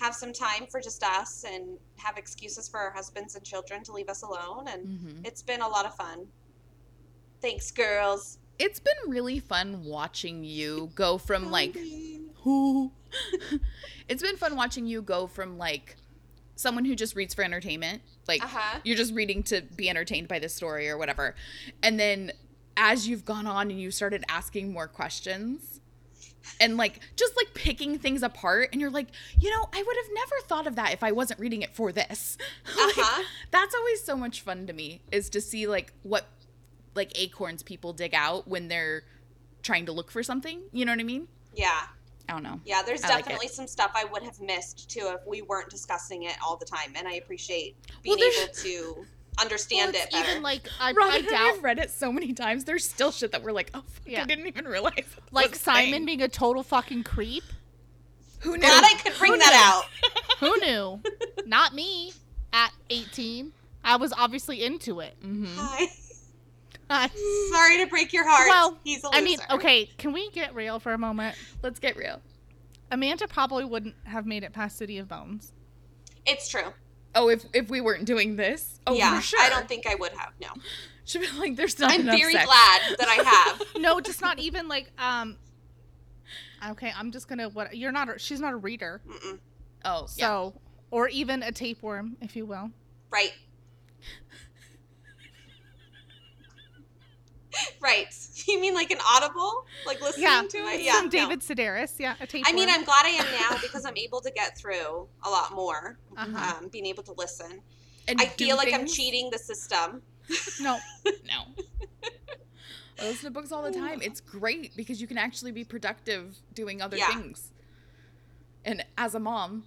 C: have some time for just us and have excuses for our husbands and children to leave us alone. And
B: Mhm.
C: it's been a lot of fun. Thanks, girls.
B: It's been really fun watching you go from like *laughs* it's been fun watching you go from like someone who just reads for entertainment like
C: Uh-huh.
B: you're just reading to be entertained by this story or whatever and then as you've gone on and you started asking more questions and like just like picking things apart and you're like you know i would have never thought of that if i wasn't reading it for this *laughs* *laughs* Like,
C: Uh-huh.
B: that's always so much fun to me is to see like what like acorns people dig out when they're trying to look for something you know what i mean
C: Yeah.
B: i don't know
C: Yeah. There's
B: I like it.
C: definitely some stuff I would have missed too if we weren't discussing it all the time. And I appreciate being
B: there's-
C: able to understand
D: Well,
C: it
D: it's
C: better.
D: even like I,
B: Robin
D: I
B: and I *laughs*
D: doubt
B: have read it so many times. There's still shit that we're like, oh, fuck,
D: Yeah.
B: I didn't even realize. that was
D: like
B: a
D: Simon
B: thing.
D: being a total fucking creep.
B: who knew?
C: Glad I could bring that
B: *laughs*
C: out.
D: Who
C: *laughs*
D: knew? Not me. At 18, I was obviously into it. *laughs*
B: Mhm.
C: Hi.
D: I-
C: Sorry to break your heart.
D: Well,
C: He's a loser.
D: I mean, okay, can we get real for a moment?
B: Let's get real.
D: Amanda probably wouldn't have made it past City of Bones.
C: It's true.
B: Oh, if if we weren't doing this, oh
C: yeah.
B: for sure.
C: I don't think I would have.
B: *laughs*
C: No.
B: Should be like, there's *laughs* not
C: I'm
B: enough
C: very
B: sex.
C: glad that I have.
D: No, just not even like um. Okay, I'm just gonna what you're not. A, she's not a reader,
B: *laughs*
C: Mm-mm.
B: Oh,
D: so
B: yeah.
D: or even a tapeworm, if you will.
C: Right. Right. You mean like an audible? Like listening
D: Yeah,
C: to it? Yeah.
D: from
C: no.
D: David Sedaris. Yeah, a tapeworm.
C: I mean, I'm glad I am now because I'm able to get through a lot more.
D: Uh-huh.
C: Um, being able to listen,
B: And
C: I
B: do
C: feel like I'm
B: things?
C: cheating the system.
B: *laughs*
D: no,
B: No. I listen to books all the time. It's great because you can actually be productive doing other
C: Yeah.
B: things. And as a mom,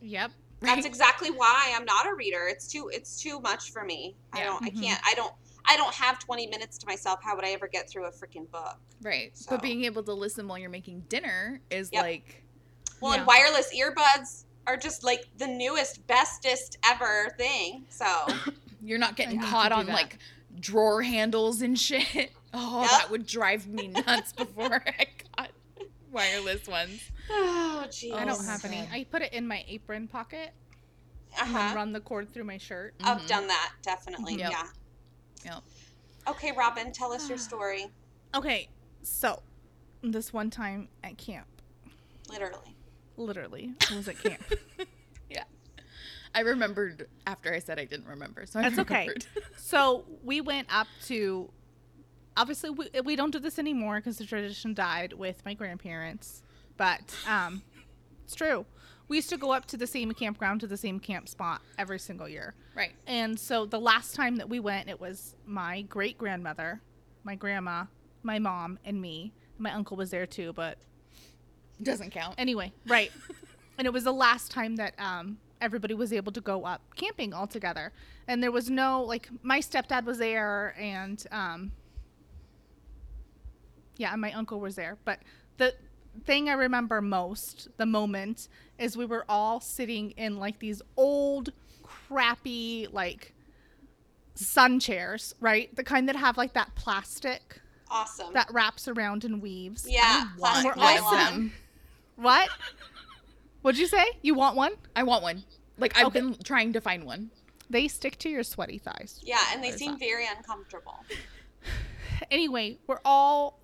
D: yep.
C: That's exactly why I'm not a reader. It's too it's too much for me. I
B: Yeah.
C: don't.
D: Mhm.
C: I can't. I don't. I don't have 20 minutes to myself. How would I ever get through a freaking book?
B: right?
C: So.
B: But being able to listen while you're making dinner is
C: Yep.
B: like
C: Well,
D: Yeah.
C: and wireless earbuds are just like the newest, bestest ever thing. So
B: You're not getting
D: I need
B: caught
D: to do
B: on
D: that.
B: like drawer handles and shit. *laughs* Oh,
C: Yep.
B: that would drive me nuts before I got wireless ones.
C: oh, geez.
D: I
B: Oh
D: don't
B: my
D: have any.
B: God.
D: I put it in my apron pocket and then
C: Uh-huh.
D: run Mm-hmm. the cord through my shirt.
C: I've
B: Mhm.
C: done that definitely.
B: Yep.
C: Yeah.
B: Yep.
C: Okay, Robin, tell us
D: *sighs*
C: your story.
D: Okay, so this one time at camp,
C: Literally.
D: literally, I was at camp.
B: I remembered after I said I didn't remember, so I
D: That's okay. *laughs*
B: remembered.
D: so we went up to obviously we, we don't do this anymore because the tradition died with my grandparents but um it's true we used to go up to the same campground to the same camp spot every single year
B: Right.
D: and so the last time that we went it was my great grandmother my grandma my mom and me my uncle was there too but
B: Doesn't count.
D: anyway right *laughs* and it was the last time that um everybody was able to go up camping all together and there was no like my stepdad was there and um yeah and my uncle was there but the thing i remember most the moment is we were all sitting in like these old crappy like sun chairs right the kind that have like that plastic
C: Awesome.
D: that wraps around and weaves.
C: yeah.
B: want
C: plastic
D: we're
C: nylon.
B: awesome.
D: What? What'd you say? You want one?
B: I want one. Like I've
D: Okay.
B: been trying to find one.
D: They stick to your sweaty thighs.
C: Yeah, and they
B: Where's
C: seem
B: that?
C: very uncomfortable.
D: Anyway, we're all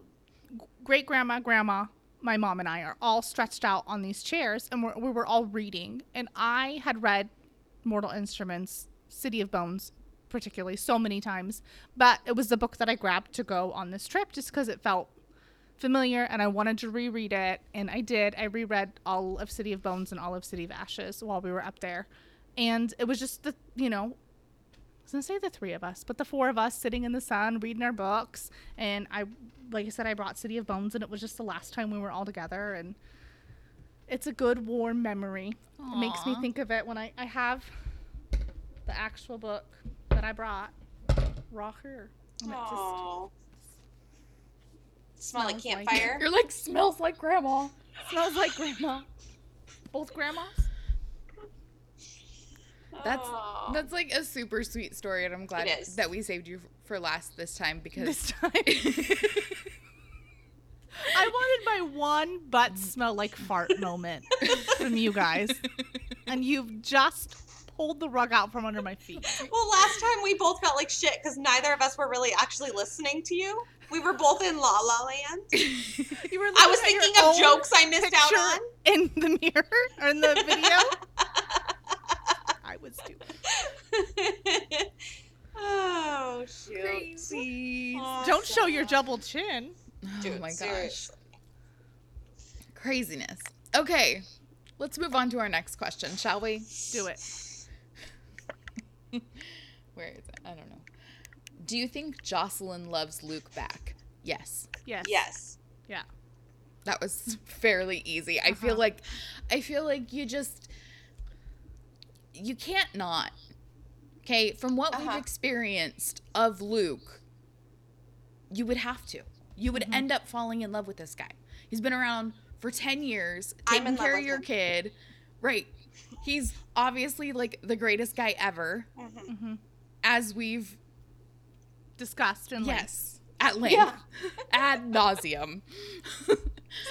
D: great grandma, grandma, my mom, and I are all stretched out on these chairs, and we're, we were all reading. And I had read Mortal Instruments, City of Bones, particularly so many times, but it was the book that I grabbed to go on this trip just because it felt familiar and I wanted to reread it. And I did. I reread all of City of Bones and all of City of Ashes while we were up there. And it was just the, you know, I was gonna say the three of us, but the four of us sitting in the sun reading our books. And I, like I said, I brought City of Bones, and it was just the last time we were all together. And it's a good warm memory. It makes me
B: Aw.
D: think of it when I, I have the actual book that I brought, raw here. And it just-
C: Oh. Smell like
D: Smells like- *laughs*
C: campfire.
B: You're like smells like grandma.
D: smells like grandma. Both grandmas.
B: That's-
C: Oh.
B: That's like a super sweet story, and I'm glad
C: It is.
B: that we saved you f- for last this time because
D: This time, I wanted my one butt smell like fart moment from you guys, and you've just pulled the rug out from under my feet.
C: Well, last time we both felt like shit because neither of us were really actually listening to you. We were both in La La
D: *laughs*
C: Land.
D: You were
C: I was
D: looking at
C: thinking
D: your
C: of
D: own
C: jokes I missed out
D: picture
C: on.
D: in the mirror or in the video. I was too.
C: *laughs* oh shoot!
B: crazy.
D: Don't show your
C: Awesome.
D: double chin.
B: *laughs* oh
C: Dude,
B: my gosh,
C: seriously.
B: craziness. Okay, let's move on to our next question, shall we?
D: Do it.
B: Where is it? I don't know. Do you think Jocelyn loves Luke back? Yes.
D: Yes.
C: Yes.
D: Yeah.
B: That was fairly easy. I feel
D: Uh-huh.
B: like I feel like you just you can't not. Okay, from what
C: Uh-huh.
B: we've experienced of Luke, you would have to. You
C: Mm-hmm.
B: would end up falling in love with this guy. He's been around for 10 years,
C: I'm
B: taking
C: in love
B: care of
C: with
B: your
C: him.
B: kid. Right. He's obviously like the greatest guy ever
C: Mhm.
D: Mm-hmm.
B: as we've
D: Disgust and like,
B: Yes. At length. Ad
C: *laughs*
B: nauseum.
D: it's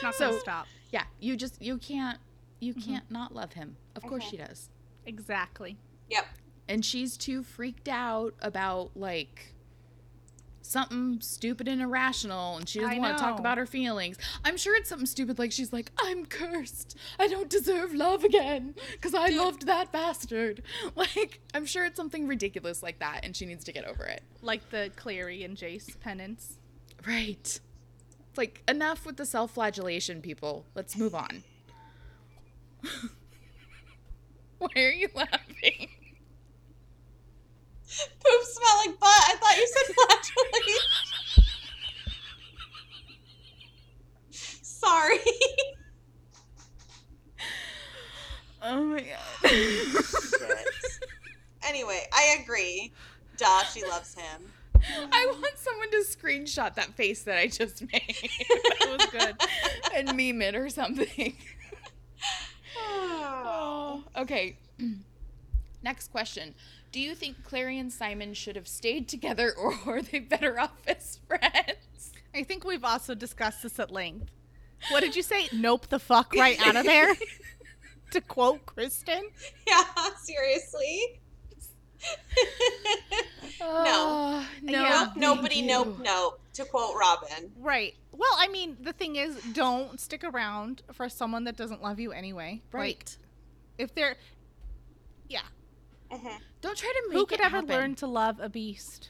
D: not
B: So-
D: gonna stop.
B: yeah. You just you can't you
D: Mm-hmm.
B: can't not love him. Of course
C: Mhm.
B: she does.
D: Exactly.
C: Yep.
B: And she's too freaked out about like something stupid and irrational and she
D: I
B: doesn't want to talk
D: know.
B: about her feelings. I'm sure it's something stupid like she's like, I'm cursed. I don't deserve love again because I loved that bastard. *laughs* Like, I'm sure it's something ridiculous like that and she needs to get over it.
D: Like the Clary and Jace penance.
B: Right. It's Like, enough with the self flagellation, people. Let's move on. *laughs* Why are you laughing?
C: Poop smell like butt. I thought you said flatulence. Sorry.
B: Oh my god.
C: anyway, I agree. Duh, she loves him.
B: *laughs* I want someone to screenshot that face that I just made
D: It
B: *laughs*
D: was good.
B: and meme it or something.
C: Oh.
B: Okay. *clears throat* Next question. Do you think Clary and Simon should have stayed together or *laughs* are they better off as friends?
D: I think we've also discussed this at length. What did you say? *laughs* Nope the fuck right
B: *laughs*
D: out of there? to quote Kristen?
C: *sighs* Yeah, seriously.
B: no. Uh, No.
D: Yeah.
C: nope, nobody,
B: thank
C: nope,
B: you.
C: nope. To quote Robin.
D: Right. Well, I mean, the thing is, don't stick around for someone that doesn't love you anyway. Like,
B: Right.
D: if they're. Yeah.
C: Mhm.
B: Don't try to make
D: Who could
B: it
D: ever
B: happen.
D: learn to love a beast?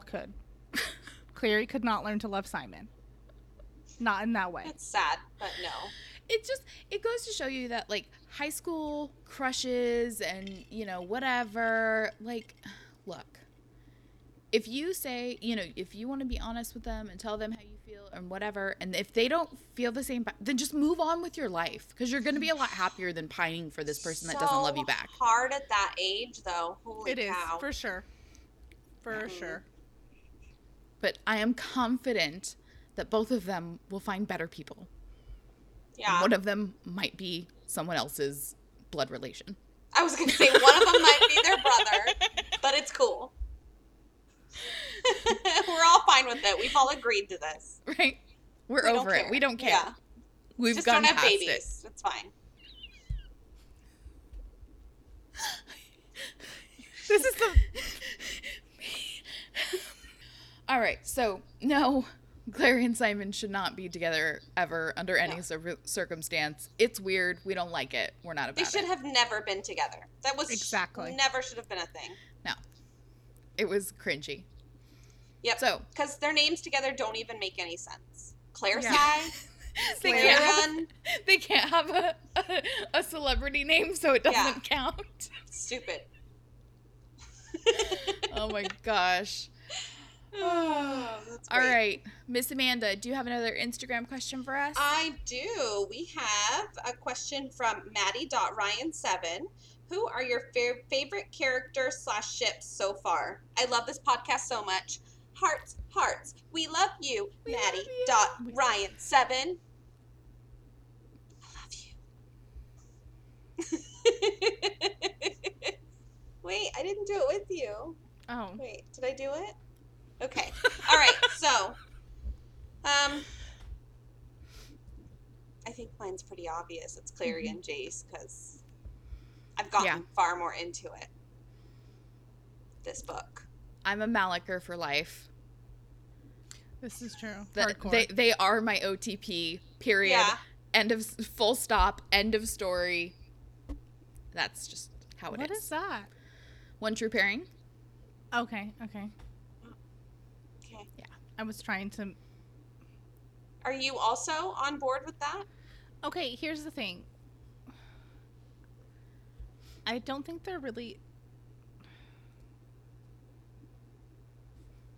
B: *laughs*
D: could. Clary could not learn to love Simon. Not in that way.
C: It's sad, but no.
B: It just it goes to show you that like high school crushes and you know whatever like look. If you say, you know, if you want to be honest with them and tell them how you feel and whatever and if they don't feel the same ba- then just move on with your life cuz you're going to be a lot happier than pining for this person that doesn't love
C: So
B: you back.
C: Hard at that age, though. Holy
D: It is,
C: cow.
D: for sure. For
C: Mhm.
D: sure.
B: But I am confident that both of them will find better people. And
C: yeah.
B: One of them might be someone else's blood relation.
C: I was gonna say one of them might be their brother, but it's cool. *laughs* We're all fine with it. We've all agreed to this.
B: *laughs* right? We're
C: We don't
B: over it.
C: care.
B: We don't care.
C: Yeah.
B: We've
C: Just
B: gone
C: don't have
B: past
C: babies.
B: it.
C: It's fine.
D: *laughs* This is the
B: *laughs* All right. So no, Clary and Simon should not be together ever under any
C: No.
B: cir- circumstance. It's weird. We don't like it. We're not about
C: They should
B: it.
C: have never been together. That was
D: Exactly.
C: never should have been a thing.
B: It was cringy.
C: Yep.
B: So
C: because their names together don't even make any sense. Claire
D: Yeah.
C: Sky,
B: *laughs* they
C: Claire
B: can't, have,
C: Run,
B: they can't have a, a a celebrity name, so it
C: Yeah.
B: doesn't
C: *laughs*
B: count.
C: stupid. *sighs*
B: oh my gosh.
C: That's
B: All
C: great.
B: right, Miss Amanda, do you have another Instagram question for us?
C: I do. We have a question from Maddie.Ryan7. Who are your fa- favorite characters slash ships so far? I love this podcast so much. Hearts, hearts, we love you,
B: We love
C: Maddie
B: you.
C: dot Maddie.Ryan7. I love you. *laughs* Wait, I didn't do it with you.
D: oh
C: Wait, did I do it? Okay.
B: *laughs*
C: All right. So, um, I think mine's pretty obvious. It's Clary and Jace because I've gotten
B: Mm-hmm. Yeah.
C: far more into it. This book.
B: I'm a Malicker for life.
D: this is true.
B: The,
D: Hardcore.
B: they they are my OTP. Period.
C: Yeah.
B: End of s- full stop. End of story. That's just how it is.
D: what is that?
B: One true pairing.
D: Okay, okay.
C: Okay.
D: I was trying to
C: Are you also on board with that?
D: Okay, here's the thing. I don't think they're really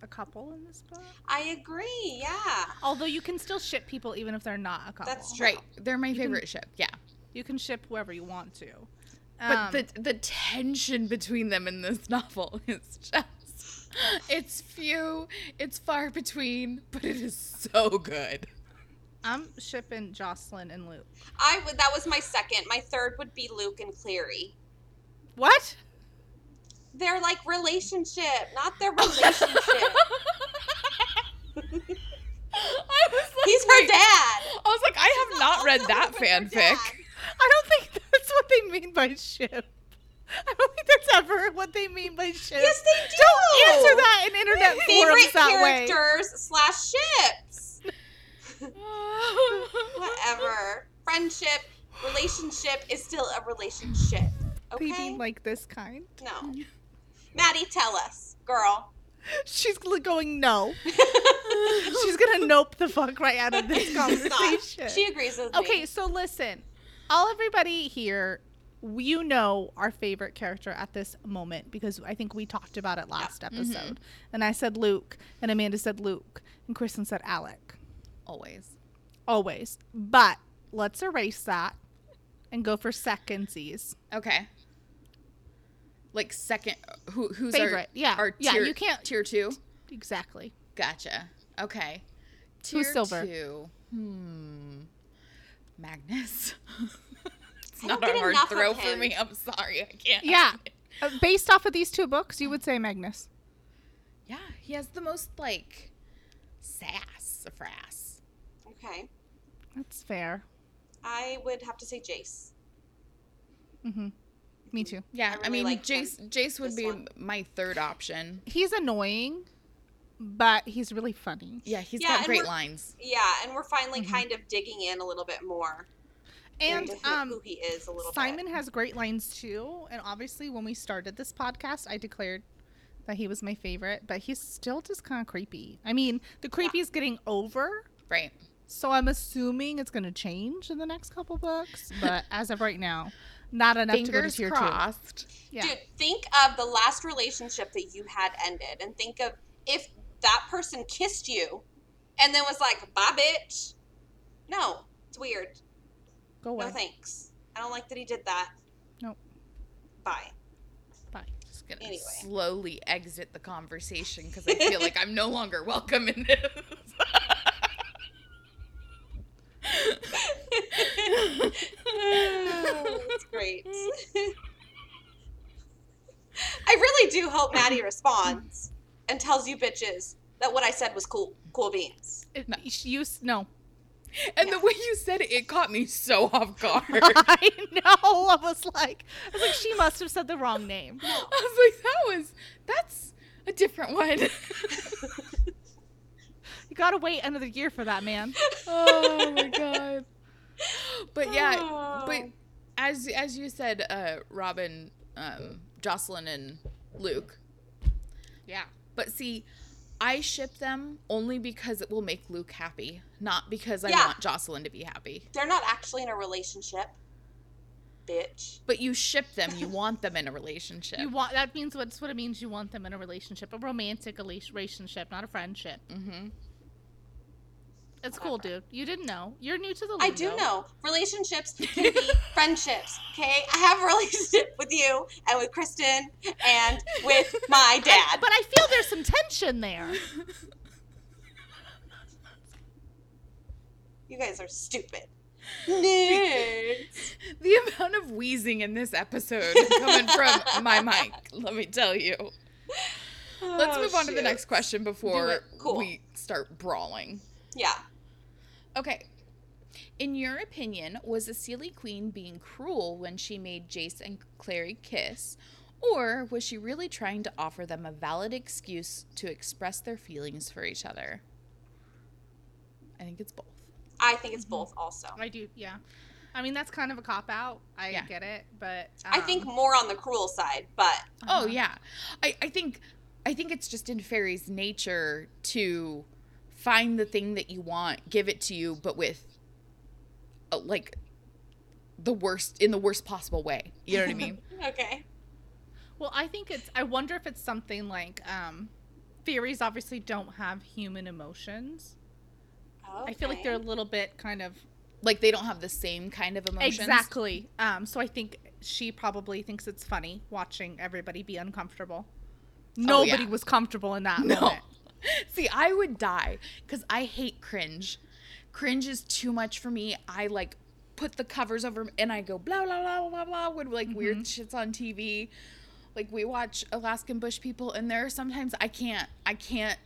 D: a couple in this book.
C: I agree. Yeah.
D: Although you can still ship people even if they're not a couple.
C: That's true.
B: Right. They're my
D: can-
B: favorite ship. Yeah.
D: You can ship whoever you want to. Um,
B: But the the tension between them in this *laughs* novel is just it's few, it's far between, but it is so good.
D: I'm shipping Jocelyn and Luke.
C: I would. That was my second. My third would be Luke and Clary.
D: What?
C: Their like relationship,
B: *laughs*
C: not their relationship.
B: I was like,
C: He's her
B: wait.
C: dad.
B: I was like, I have not read that fanfic.
D: I don't think *laughs* that's what they mean by ship. I don't think that's ever what they mean by ship.
C: Yes, they do.
D: don't answer that in *laughs* internet forums
C: Favorite
D: that way.
C: characters slash ships. Whatever. Friendship, relationship is still a relationship.
D: They
C: Okay.
D: mean like this kind.
C: no. Maddie, tell us,
D: *laughs*
C: girl.
D: She's gl- going no. *laughs* She's gonna nope the fuck right out
C: *laughs*
D: of this conversation.
C: She agrees with me.
D: okay, so listen, all everybody here, you know our favorite character at this moment because I think we talked about it last episode, and I said Luke, and Amanda said Luke, and Kristen said Alec,
B: *laughs* Always.
D: always. But let's erase that and go for secondsies.
B: Okay. Like second, who who's
D: Favorite,
B: Our,
D: yeah.
B: Our
D: Yeah,
B: tier,
D: you can't-
B: tier two.
D: Exactly.
B: Gotcha. Okay. Tier
D: Who's silver?
B: two. Hmm. Magnus. *laughs* it's
C: I
B: not
C: don't
B: a
C: get
B: hard
C: enough of
B: throw for
C: him.
B: me. I'm sorry. I can't.
D: Yeah. Uh, based off of these two books, you would say Magnus.
B: Yeah. He has the most like sass, frass.
C: Okay.
D: That's fair.
C: I would have to say Jace.
D: Mm-hmm. Me too.
B: Yeah.
C: I
B: I,
C: really
B: mean,
C: liked him.
B: Jace. Jace would
C: This
B: be
C: one.
B: my third option.
D: He's annoying, but he's really funny.
B: Yeah. he's
C: Yeah,
B: got
C: and
B: great
C: we're-
B: lines.
C: Yeah, and we're finally kind of digging in a little bit more
D: Mm-hmm. And
C: into who, who
D: um,
C: he is a little
D: Simon
C: bit.
D: has great lines too. And obviously, when we started this podcast, I declared that he was my favorite, but he's still just kind of creepy. I mean, the creepy is getting over,
B: Right.
D: so I'm assuming it's going to change in the next couple
C: *laughs*
D: books. But as of right now, not enough to go to
B: Fingers
D: tier
B: crossed.
D: two. Yeah.
C: Dude, think of the last relationship that you had ended and think of if that person kissed you and then was like, bye, bitch. No, it's weird.
D: Go away.
C: No thanks. I don't like that he did that.
D: Nope.
C: Bye.
D: Bye.
B: Just gonna
C: Anyway.
B: slowly exit the conversation because I feel like I'm no longer welcome in this.
C: That's great. *laughs* I really do hope Maddie responds. and tells you bitches that what I said was cool, cool beans.
D: It,
B: *laughs*
D: You s-
C: *laughs*
D: no. *laughs*
B: And the way you said it, it caught me so off *laughs* guard. I was like,
D: I know. I was like, I was like, she must have said the wrong name.
B: that was that's a different one.
D: You gotta wait another year for that, man.
B: oh my god. *laughs* But yeah, but
C: Oh.
B: as as you said, uh, Robin, um, Jocelyn, and Luke.
D: Yeah.
B: But see, I ship them only because it will make Luke happy, not because I
C: Yeah.
B: want Jocelyn to be happy.
C: *sighs* they're not actually in a relationship, bitch.
B: But you ship them, you want them in a *laughs* relationship.
D: You want that means what's what it means. You want them in a relationship, a romantic rela- relationship, not a friendship.
B: mm-hmm.
D: It's cool, dude. You didn't know. You're new to the.
C: I do
D: lingo.
C: know relationships can be *laughs* friendships. Okay, I have a *laughs* relationship with you and with Kristen and with
B: *laughs*
C: my dad.
D: but I feel there's some
C: *laughs*
D: tension there.
C: You guys are stupid. Nerds.
B: *laughs* The amount of wheezing in this episode *laughs* coming from my mic, let me tell you. *laughs* Let's
C: Oh,
B: move on to the next question before
C: it. Cool.
B: we start brawling.
C: Yeah.
B: Okay. In your opinion, was the Sealy Queen being cruel when she made Jace and Clary kiss, or was she really trying to offer them a valid excuse to express their feelings for each other? I think it's both.
C: I think it's
B: Mm-hmm.
C: both also.
D: I do. Yeah. I mean, that's kind of a cop out. I
B: Yeah.
D: get it, but
C: I think
D: um,
C: more on the cruel side, but
D: Uh-huh.
B: Oh yeah, I, I think I think it's just in fairies' nature to find the thing that you want, give it to you, but with uh, like the worst in the worst possible way. You know what I mean?
C: okay.
D: Well, I think it's. I wonder if it's something like um, fairies obviously don't have human emotions. I feel like
C: Okay.
D: they're a little bit kind of
B: like they don't have the same kind of emotions.
D: exactly. Um, so I think she probably thinks it's funny watching everybody be uncomfortable. Nobody
B: Oh, yeah.
D: was comfortable in that
B: No.
D: moment.
B: *laughs* See, I would die because I hate cringe. Cringe is too much for me. I like put the covers over and I go blah blah blah blah blah when like weird shits on TV. Like we watch Alaskan Bush People, and there are sometimes I can't I can't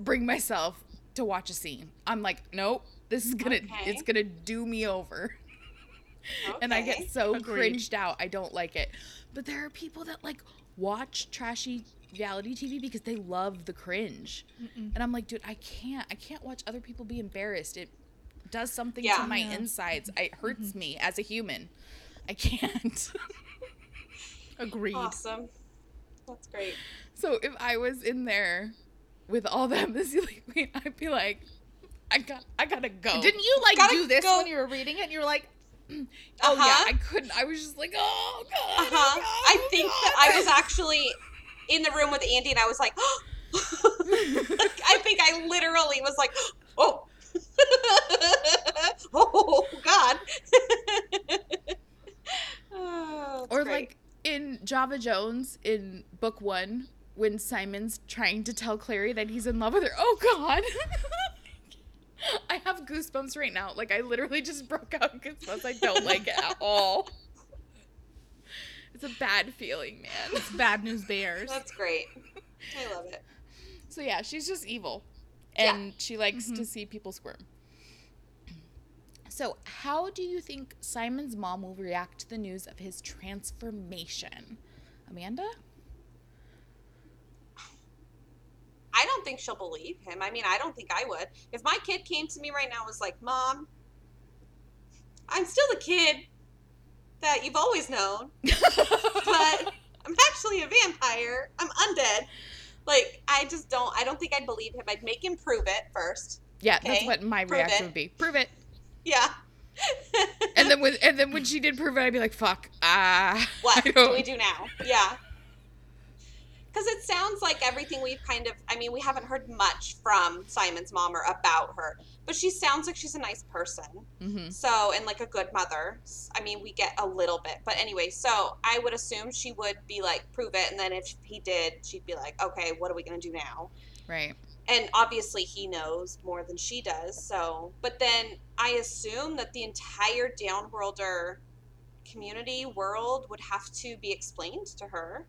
B: bring myself to watch a scene. I'm like, nope, this is gonna
C: Okay.
B: it's gonna do me over. and I
C: Okay.
B: get so
D: Agreed.
B: cringed out. I don't like it. But there are people that like watch trashy reality TV because they love the cringe. And I'm like, dude, I can't. I can't watch other people be embarrassed. It does something
C: Yeah. Mm-hmm.
B: to my insides. It hurts me as a human. I can't. *laughs*
D: Agreed.
C: awesome. That's great.
B: so if I was in there with all them, this *laughs* queen, I'd be like, I got, I gotta go.
D: Didn't you like
C: Gotta
D: do this
C: go-
D: when you were reading it? And you were like,
B: Oh
C: Uh-huh.
B: yeah, I couldn't. I was just like, oh god. oh,
C: Uh-huh. I
B: God,
C: think
B: oh,
C: that I
B: God."
C: was actually in the room with Andy and I was like, *gasps* I think I literally was like, *gasps* oh. *laughs* oh god. *laughs* Oh, that's
B: or
C: great.
B: like in Java Jones in book one when Simon's trying to tell Clary that he's in love with her. Oh God. *laughs* I have goosebumps right now. Like I literally just broke out in goosebumps. I don't like it at all. It's a bad feeling, man.
D: "Bad news bears."
C: that's great. I love it.
B: So yeah, she's just evil.
C: Yeah.
B: And she likes to see people squirm. So how do you think Simon's mom will react to the news of his transformation? Amanda?
C: I don't think she'll believe him. I mean, I don't think I would. If my kid came to me right now and was like, Mom, I'm still the kid that you've always known, but I'm actually a vampire. I'm undead. Like, I just don't, I don't think I'd believe him. I'd make him prove it first.
B: *laughs* Yeah, that's
C: Okay,
B: what my
C: prove
B: reaction
C: it.
B: would be. Prove
C: *laughs*
B: it.
C: Yeah.
B: And then when and then when she did prove it, I'd be like, fuck. Ah. *laughs*
C: what
B: I
C: do
B: don't-
C: we do now? Yeah. Because it sounds like everything we've kind of, I mean, we haven't heard much from Simon's mom or about her, but she sounds like she's a nice person.
B: *laughs* Mhm.
C: So, and like a good mother. S- I mean, we get a little bit, but anyway, so I would assume she would be like, prove it. And then if he did, she'd be like, okay, what are we going to do now?
B: Right.
C: and obviously he knows more than she does so but then i assume that the entire downworlder community world would have to be explained to her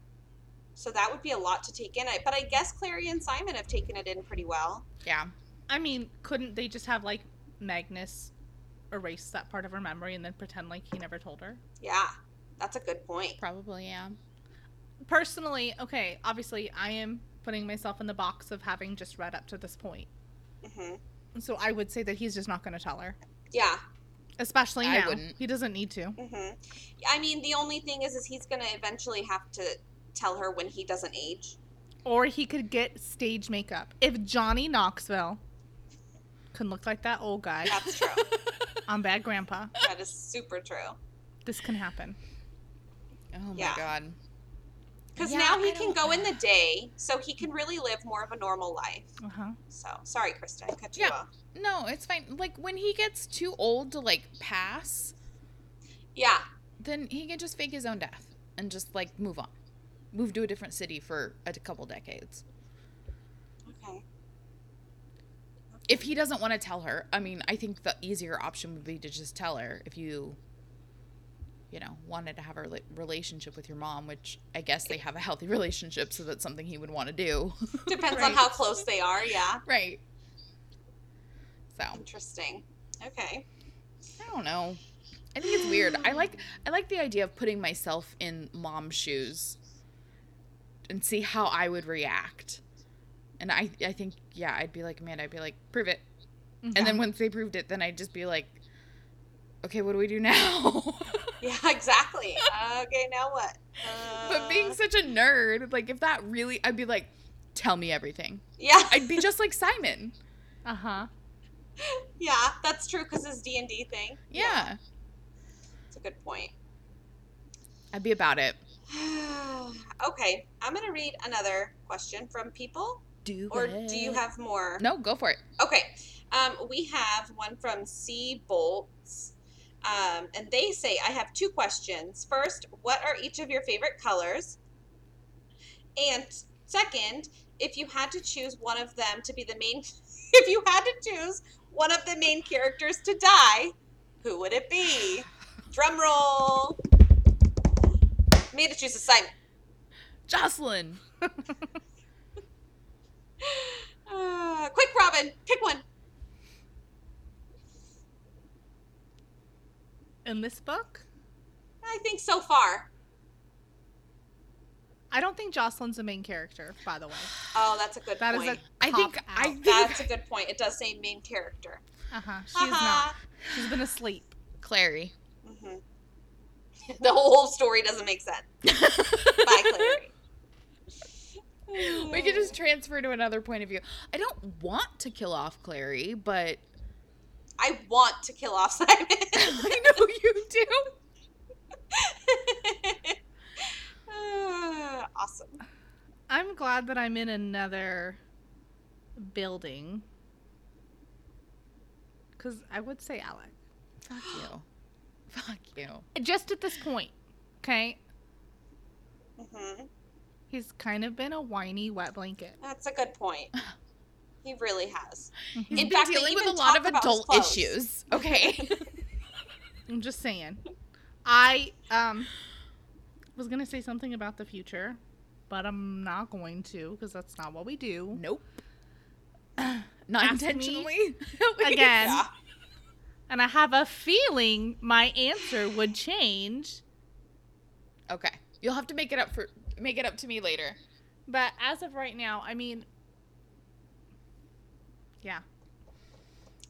C: So that would be a lot to take in. I- But I guess Clary and Simon have taken it in pretty well.
B: Yeah.
D: I mean, couldn't they just have like Magnus erase that part of her memory and then pretend like he never told her?
C: Yeah, that's a good point.
B: Probably, yeah.
D: Personally, okay, obviously I am putting myself in the box of having just read up to this point.
C: hmm
D: So I would say that he's just not going to tell her,
C: Yeah.
D: especially
B: I
D: now.
B: wouldn't.
D: He doesn't need to.
C: hmm I mean, the only thing is, is he's gonna eventually have to tell her when he doesn't age.
D: Or he could get stage makeup. If Johnny Knoxville can look like that old guy
C: That's true.
D: on Bad Grandpa,
C: that is super true.
D: this can happen.
B: Oh
C: Yeah.
B: my god.
C: Because
B: Yeah,
C: now he
B: I
C: can
B: don't-
C: go in the day, so he can really live more of a normal life.
D: Uh huh.
C: So sorry, Krista, I cut you
B: Yeah.
C: off.
B: No, it's fine. Like when he gets too old to like pass,
C: Yeah,
B: then he can just fake his own death and just like move on. Move to a different city for a couple decades.
C: Okay.
B: *laughs* If he doesn't want to tell her, I mean, I think the easier option would be to just tell her if you you know, wanted to have a rela- relationship with your mom, which I guess they have a healthy *laughs* relationship, so that's something he would want to do. *laughs*
C: Depends on
D: Right.
C: how close they are. Yeah.
B: right. So,
C: Interesting.
B: *laughs*
C: Okay.
B: I don't know. I think it's weird. I like I like the idea of putting myself in mom's shoes and see how I would react. And I I think yeah, I'd be like, man, I'd be like, prove it.
D: Mm-hmm.
B: And then once they proved it, then I'd just be like, okay, what do we do now? *laughs*
C: Yeah, exactly. okay, now what?
B: but being
C: Uh,
B: such a nerd, like if that really, I'd be like, tell me everything.
C: yeah,
B: I'd be just like Simon.
D: Uh huh.
C: *laughs* yeah, that's true. Because his D and D thing.
B: Yeah,
C: It's a good point. *sighs*
B: I'd be about it.
C: okay, I'm gonna read another question from people,
B: Do
C: or do you have more?
B: No, go for it.
C: Okay. Um, we have one from C Bolts. Um, and they say, I have two questions. First, what are each of your favorite colors? And second, if you had to choose one of them to be the main, *laughs* if you had to choose one of the main characters to die, who would it be? Drum roll. Me to choose Simon.
B: Jocelyn.
C: Uh, quick, Robin, pick one.
D: In this book,
C: I think so far.
D: I don't think Jocelyn's the main character, by the way.
C: Oh, that's a good
D: That is
C: point.
D: a
B: I think
D: cop
B: I
D: out.
B: think
C: That's a good point. It does say main character.
D: Uh-huh. She's not. She's been asleep.
B: Clary.
C: hmm Mm-hmm. *laughs* The whole story doesn't make sense. Bye, Clary.
B: *laughs*
C: Oh,
B: We could just transfer to another point of view. I don't want to kill off Clary, but *laughs*
C: I want to kill off Simon. *laughs*
B: I know you do.
C: Uh, awesome.
D: I'm glad that I'm in another building. Cause I would say Alec.
B: Fuck you. Fuck you.
D: Just at this point, okay?
C: hmm
D: He's kind of been a whiny wet blanket.
C: That's a good point. He really has.
B: He's
C: In
B: been
C: fact, they
B: dealing with a
C: even
B: lot
C: talk
B: of
C: about his
B: adult
C: clothes.
B: issues.
C: *laughs*
B: Okay.
D: I'm just saying. I um was gonna say something about the future, but I'm not going to because that's not what we do.
B: nope. Not
D: Ask me
B: intentionally. *laughs*
D: *laughs* Again.
C: Yeah.
D: And I have a feeling my answer would change.
B: Okay. You'll have to make it up for make it up to me later.
D: But as of right now, I mean, yeah,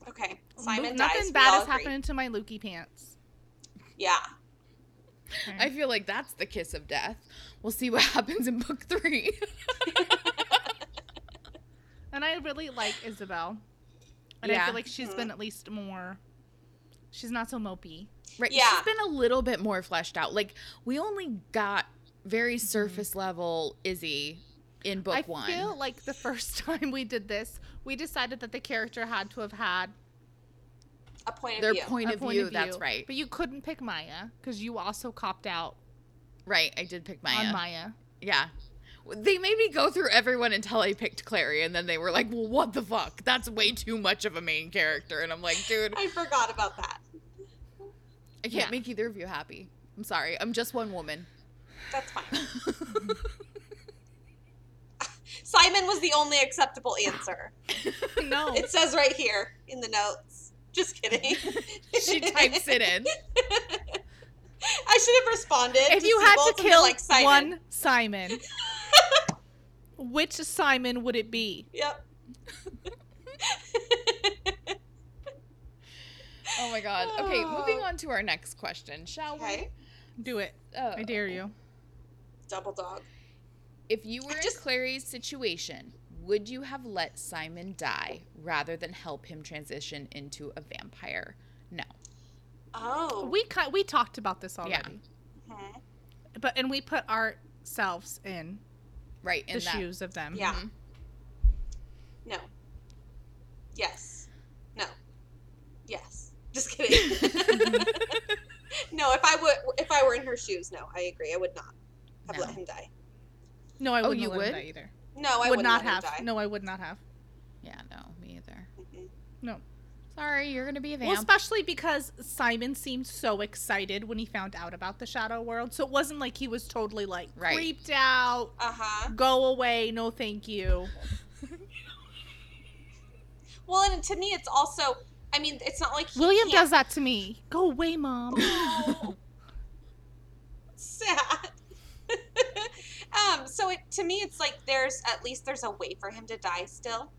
C: Okay. Simon dies.
D: Luke- nothing
C: We
D: bad
C: all
D: is
C: agree.
D: happening to my Lukey pants.
C: Yeah.
B: I
D: Mm.
B: feel like that's the kiss of death. We'll see what *laughs* happens in book three. *laughs*
D: and I really like Isabel, and I
B: Yeah.
D: feel like
C: Mm-hmm.
D: she's been at least more. She's not so mopey.
B: Right.
C: Yeah.
B: She's been a little bit more fleshed out. Like we only got very surface level Izzy in book
D: Mm-hmm. I
B: one.
D: feel like the *laughs* first time we did this, we decided that the character had to have had
C: A point of
B: Their
C: view.
B: point,
D: a
B: of,
D: point
B: view,
D: of view.
B: That's right.
D: But you couldn't pick Maya because you also copped out
B: Right. I did pick Maya.
D: on Maya.
B: yeah. They made me go through everyone until I picked Clary, and then they were like, "Well, what the fuck? That's way too much of a main character." And I'm like, "Dude,
C: I forgot about that.
B: I can't
D: Yeah.
B: make
C: *laughs*
B: either of you happy. I'm sorry. I'm just one woman."
C: That's fine. Simon was the only acceptable answer.
B: no.
C: It says right here in the notes. Just kidding.
B: *laughs* She types it in.
C: *laughs* I should have responded.
D: if
C: to
D: you had
C: Siebold's
D: to
C: and been
D: kill
C: like Simon.
D: one
C: *laughs*
D: Simon, which Simon would it be?
C: Yep.
B: Oh my god. Okay, moving
C: Oh.
B: on to our next question, shall
C: Okay.
D: Do it.
B: we? Uh,
D: I dare you.
C: Double dog.
B: If you were
C: just-
B: in Clary's situation, would you have let Simon die rather than help him transition into a vampire? No.
C: Oh.
D: We ki- we talked about this already,
C: Mhm.
D: but and we put ourselves in
B: Right
D: the
B: in that.
D: shoes of them.
C: Yeah.
B: Mhm.
C: No. Yes. No. Yes. Just
D: *laughs*
C: kidding. *laughs* no, if I would, if I were in her shoes, no, I agree. I would not have let
B: No.
C: him die.
D: No, I
B: Oh,
D: wouldn't
B: you
D: have let him
B: would?
D: die either.
C: No, I
D: would
C: wouldn't
D: not
C: let him
D: have.
C: die.
D: No, I would not have.
B: Yeah, no, me either.
C: Mhm.
D: No.
B: Sorry, you're going to be a
D: Well,
B: vamp. *laughs*
D: especially because Simon seemed so excited when he found out about the shadow world. So it wasn't like he was totally like
B: Right.
D: creeped out.
C: Uh huh.
D: Go away, no thank you.
C: Well, and to me, it's also. I mean, it's not like he
D: William
C: can't-
D: does that to me. Go away, mom.
C: *laughs* Oh. Sad. *laughs* um. So it to me, it's like there's at least there's a way for him to die still.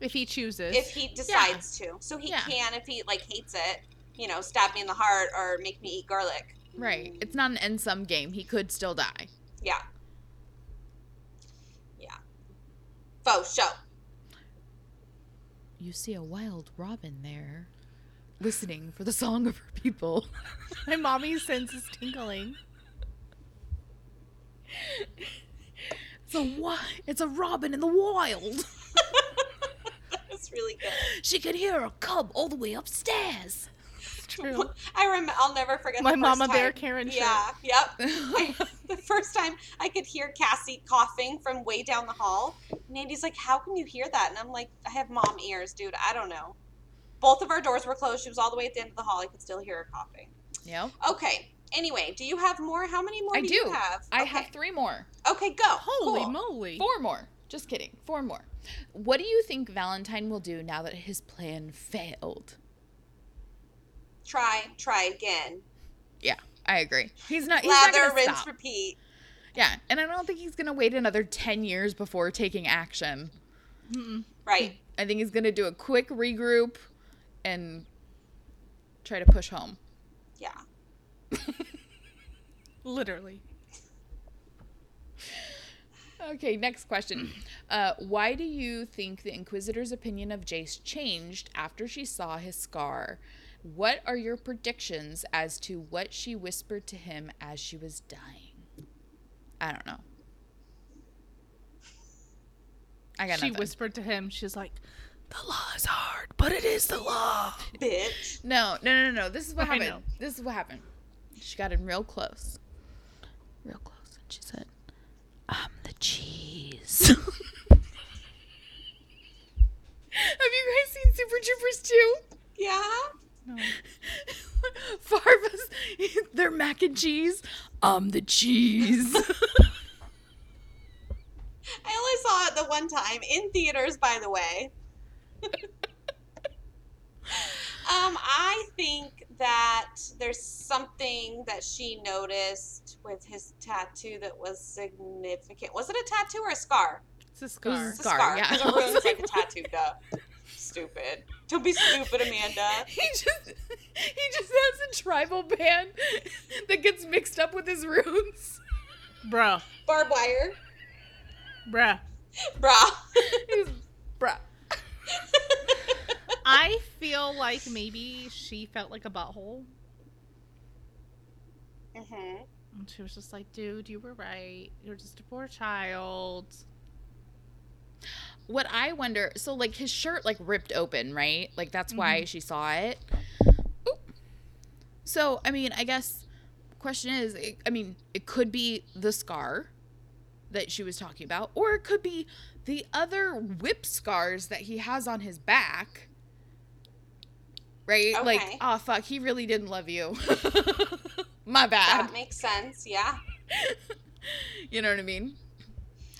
D: if he chooses.
C: if he decides to. So he
B: Yeah.
C: can if he like hates it, you know, stab me in the heart or make me eat garlic. Mm,
B: right. It's not an end sum game. He could still die.
C: Yeah. Yeah. Faux show. *laughs*
F: You see a wild robin there.
B: Listening for the song of her people.
D: My mommy's sense is tingling.
B: It's a wa- it's a robin in the wild.
C: That's really good.
B: She could hear a cub all the way *laughs* upstairs.
D: It's true.
C: I rem- I'll never forget
D: My
C: the first
D: Mama Bear
C: time-
D: Karen shirt.
C: Yeah. Yep. I, *laughs* the first time I could hear Cassie coughing from way down the hall. And Andy's like, "How can you hear that?" And I'm like, "I have mom ears, dude. I don't know." Both of our doors were closed. She was all the way at the end of the hall. I could still hear her coughing.
B: Yep.
C: Okay. Anyway, do you have more? How many more
B: I
C: do,
B: do.
C: you have?
B: I
C: okay.
B: have three more.
C: Okay, go.
D: Holy
C: Cool.
D: moly.
B: Four more. Just kidding. Four more. What do you think Valentine will do now that his plan failed?
C: Try, try again.
B: Yeah, I agree. He's not. He's not
C: Lather,
B: gonna
C: rinse,
B: stop.
C: repeat.
B: Yeah, and I don't think he's gonna wait another ten years before taking action.
C: Right.
B: I think he's gonna do a quick regroup, and try to push home. *laughs*
C: Yeah.
D: Literally.
B: Okay, next question. Uh, why do you think the Inquisitor's opinion of Jace changed after she saw his scar? What are your predictions as to what she whispered to him as she was dying? I don't know. I got
D: She
B: nothing.
D: whispered to him, she's like,
B: the law is hard, but it is the law.
C: Bitch.
B: No, no, no, no, no. This is what
D: I
B: happened.
D: know.
B: This is what happened. She got in real close, real close, and she said, "I'm the cheese." *laughs* Have you guys seen Super Troopers too?
C: Yeah.
D: no.
B: *laughs* Farva's their mac and cheese. I'm the cheese.
C: I only saw it the one time in theaters, by the way. um, I think that there's something that she noticed with his tattoo that was significant. Was it a tattoo or a scar?
D: It's a scar.
C: It's a
B: Scar,
C: scar.
B: yeah.
C: Because a rune's like a tattoo, duh. Stupid. Don't be stupid,
B: *laughs*
C: Amanda.
B: he just he just has a tribal band that gets mixed up with his roots. *laughs*
D: Bruh.
C: Barbed wire.
D: Bruh.
C: Bruh.
B: He's, bruh.
D: I feel like maybe she felt like a butthole.
C: hmm
D: And she was just like, dude, you were right. You're just a poor child.
B: what I wonder, so like his shirt like ripped open, right? Like that's
C: Mm-hmm.
B: why she saw it. Oop. So I mean, I guess question is, it, I mean, it could be the scar that she was talking about, or it could be the other whip scars that he has on his back. Right?
C: Okay.
B: Like, oh fuck, he really didn't love you. *laughs* My bad.
C: That makes sense. Yeah.
B: You know what I mean?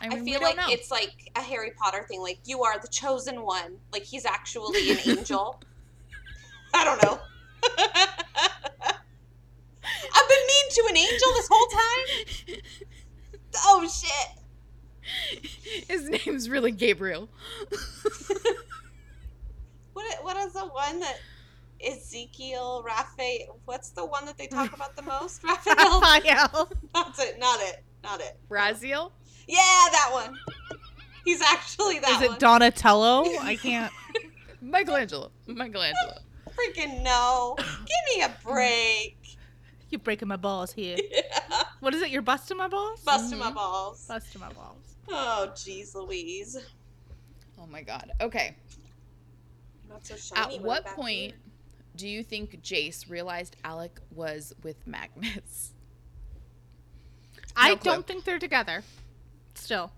B: I
C: I,
B: mean, we
C: feel
B: don't
C: like
B: know.
C: it's like a Harry Potter thing. Like you are the chosen one. Like he's actually
B: *laughs*
C: an angel. I don't know. *laughs* I've been mean to an angel this whole time. Oh shit!
B: *laughs* His name's really Gabriel.
C: What what is the one that Ezekiel Raphael? What's the one that they talk about
B: *laughs*
C: the most?
D: *laughs*
C: Raphael.
D: Raphael.
C: That's it. Not it. Not it.
B: Raziel?
C: Yeah, that one. He's actually that
D: Is it
C: one.
D: Donatello? I can't.
B: Michelangelo. Michelangelo.
C: Freaking no! Give me a break. *laughs*
D: You're breaking my balls here. What is it? You're busting my balls?
C: Busting
B: Mm-hmm.
C: my balls.
D: Busting my balls.
C: Oh, jeez, Louise.
B: Oh my god. Okay.
C: Not so shiny
B: At
C: when
B: what
C: back
B: point
C: here.
B: do you think Jace realized Alec was with Magnus?
D: I
B: No clue.
D: don't think they're together. Still.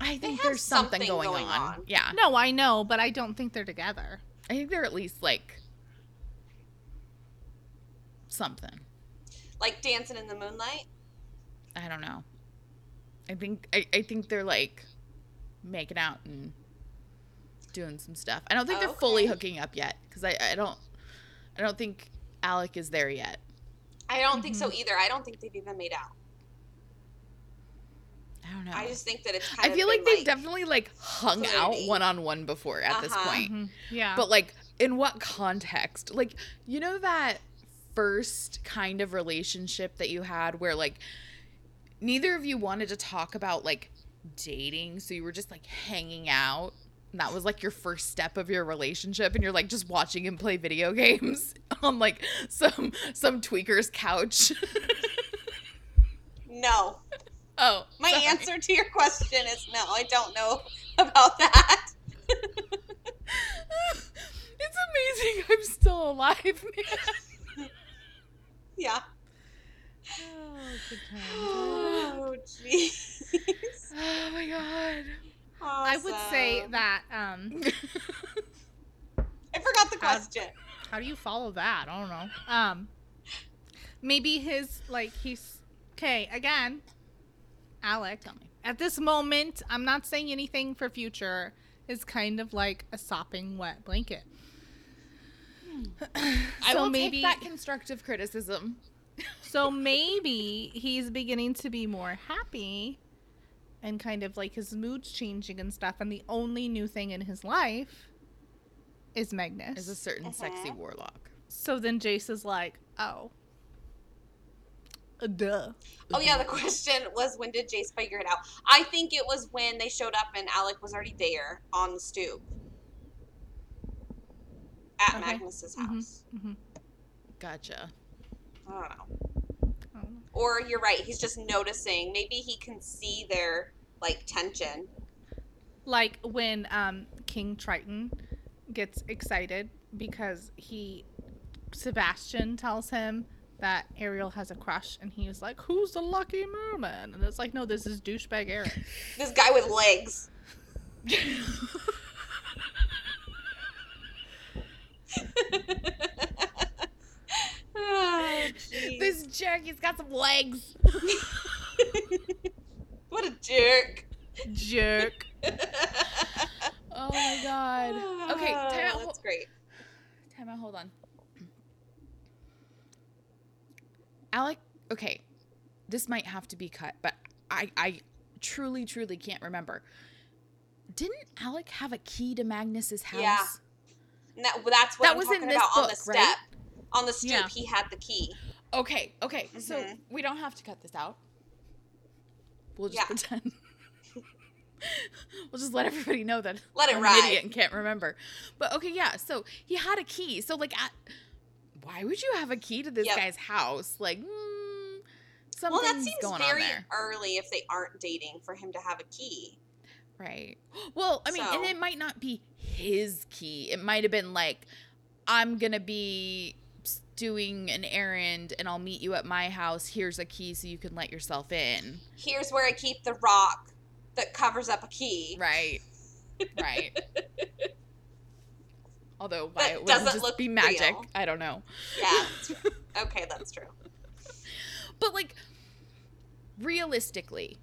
B: I think
C: have
B: there's something,
C: something
B: going,
C: going
B: on.
C: on.
B: Yeah.
D: No, I know, but I don't think they're together.
B: I think they're at least like something.
C: Like dancing in the moonlight.
B: I don't know. I think I, I think they're like making out and doing some stuff. I don't think they're fully
C: Okay.
B: hooking up yet because I, I don't I don't think Alec is there yet.
C: I don't think
B: Mm-hmm.
C: so either. I don't think they've even made out.
B: I don't know.
C: I just think that it's. Kind
B: I
C: of
B: feel
C: been,
B: like they've definitely like hung out
C: flirty.
B: one on one before at this
C: Uh-huh.
B: point.
D: Mhm. Yeah.
B: But like in what context? Like you know that first kind of relationship that you had where like neither of you wanted to talk about like dating, so you were just like hanging out. And that was like your first step of your relationship and you're like just watching him play video *laughs* games on like some some tweaker's couch. *laughs*
C: No,
B: oh,
C: my
B: sorry.
C: answer to your question is no. I don't know *laughs* about that.
B: *laughs* it's amazing I'm still alive, *laughs* man.
C: Yeah.
B: *sighs*
C: Oh, jeez.
B: Oh my god.
D: I would say
C: Awesome.
D: that um
B: *laughs*
C: I forgot the question.
D: how do you follow that? I don't know. Um maybe his like he's okay, again. Alec, at this moment, I'm not saying anything for future is kind of like a sopping wet blanket.
B: I
D: So
B: will
D: maybe-
B: take that constructive criticism.
D: So maybe he's beginning to be more happy and kind of like his mood's changing and stuff. And the only new thing in his life is Magnus.
B: Is a certain sexy
C: Uh-huh.
B: warlock.
D: so then Jace is like, oh. Uh, Duh.
C: Oh yeah, the *laughs* question was when did Jace figure it out? I think it was when they showed up and Alec was already there on the stoop at
D: Okay.
C: Magnus's house.
D: Mhm.
B: Gotcha.
C: I don't know.
D: I don't know.
C: Or you're right, he's just noticing. Maybe he can see their like tension.
D: Like when um, King Triton gets excited because he, Sebastian tells him that Ariel has a crush and he was like, who's the lucky merman? And it's like, no, this is douchebag Eric.
C: This guy with legs. *laughs* Oh, jeez.
B: This jerk, he's got some legs.
C: what a jerk.
B: *laughs*
C: *laughs*
D: jerk.
B: Oh my god. Okay,
C: Oh,
B: time out.
C: That's great.
B: *gasps* Time out. Hold on. Alec, okay, this might have to be cut, but I, I truly, truly can't remember. Didn't Alec have a key to Magnus's house?
C: Yeah. And that, that's what
B: That
C: I'm
B: was in
C: talking
B: this
C: about on the
B: book,
C: step.
B: right?
C: On the stoop,
D: Yeah.
C: he had the key.
B: Okay, okay. So
C: Mhm.
B: we don't have to cut this out. We'll just
C: Yeah.
B: pretend. *laughs* we'll just let everybody know that
C: Let it
B: I'm
C: ride.
B: an idiot and can't remember. But okay, yeah. So he had a key. So like, at, why would you have a key to this
C: Yep.
B: guy's house? Like, mm,
C: Well,
B: something's
C: that seems
B: going
C: very
B: on there,
C: early if they aren't dating for him to have a key.
B: right? *gasps* Well, I mean, and
C: So-
B: it might not be his key. It might have been like, I'm gonna be s- doing an errand and I'll meet you at my house. Here's a key so you can let yourself in.
C: *laughs* Here's where I keep the rock that covers up a key.
B: Right.
C: *laughs*
B: Right. Although why
C: That
B: it
C: doesn't
B: wouldn't just
C: look
B: be magic,
C: real.
B: I don't know.
C: Yeah. That's true.
B: *laughs*
C: okay, that's true.
B: But like realistically,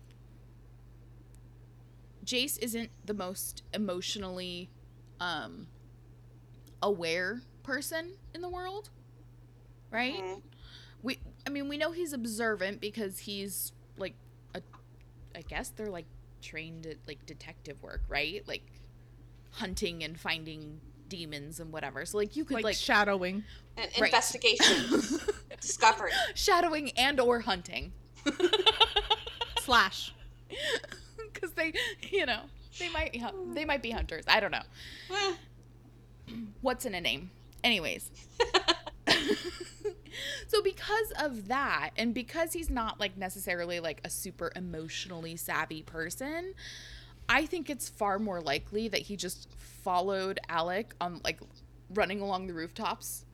B: Jace isn't the most emotionally um aware person in the world, right?
C: Mhm.
B: We I mean, we know he's observant because he's like a I guess they're like trained at like detective work, right? Like hunting and finding demons and whatever. So like you could
D: like,
B: like
D: shadowing.
C: An
B: Right.
C: investigation, discovery.
B: *laughs* shadowing and or hunting
D: Slash.
B: *laughs* because they you know they might be hun- they might be hunters i don't know
C: Eh,
B: what's in a name anyways *laughs* so because of that and because he's not like necessarily like a super emotionally savvy person i think it's far more likely that he just followed alec on like running along the rooftops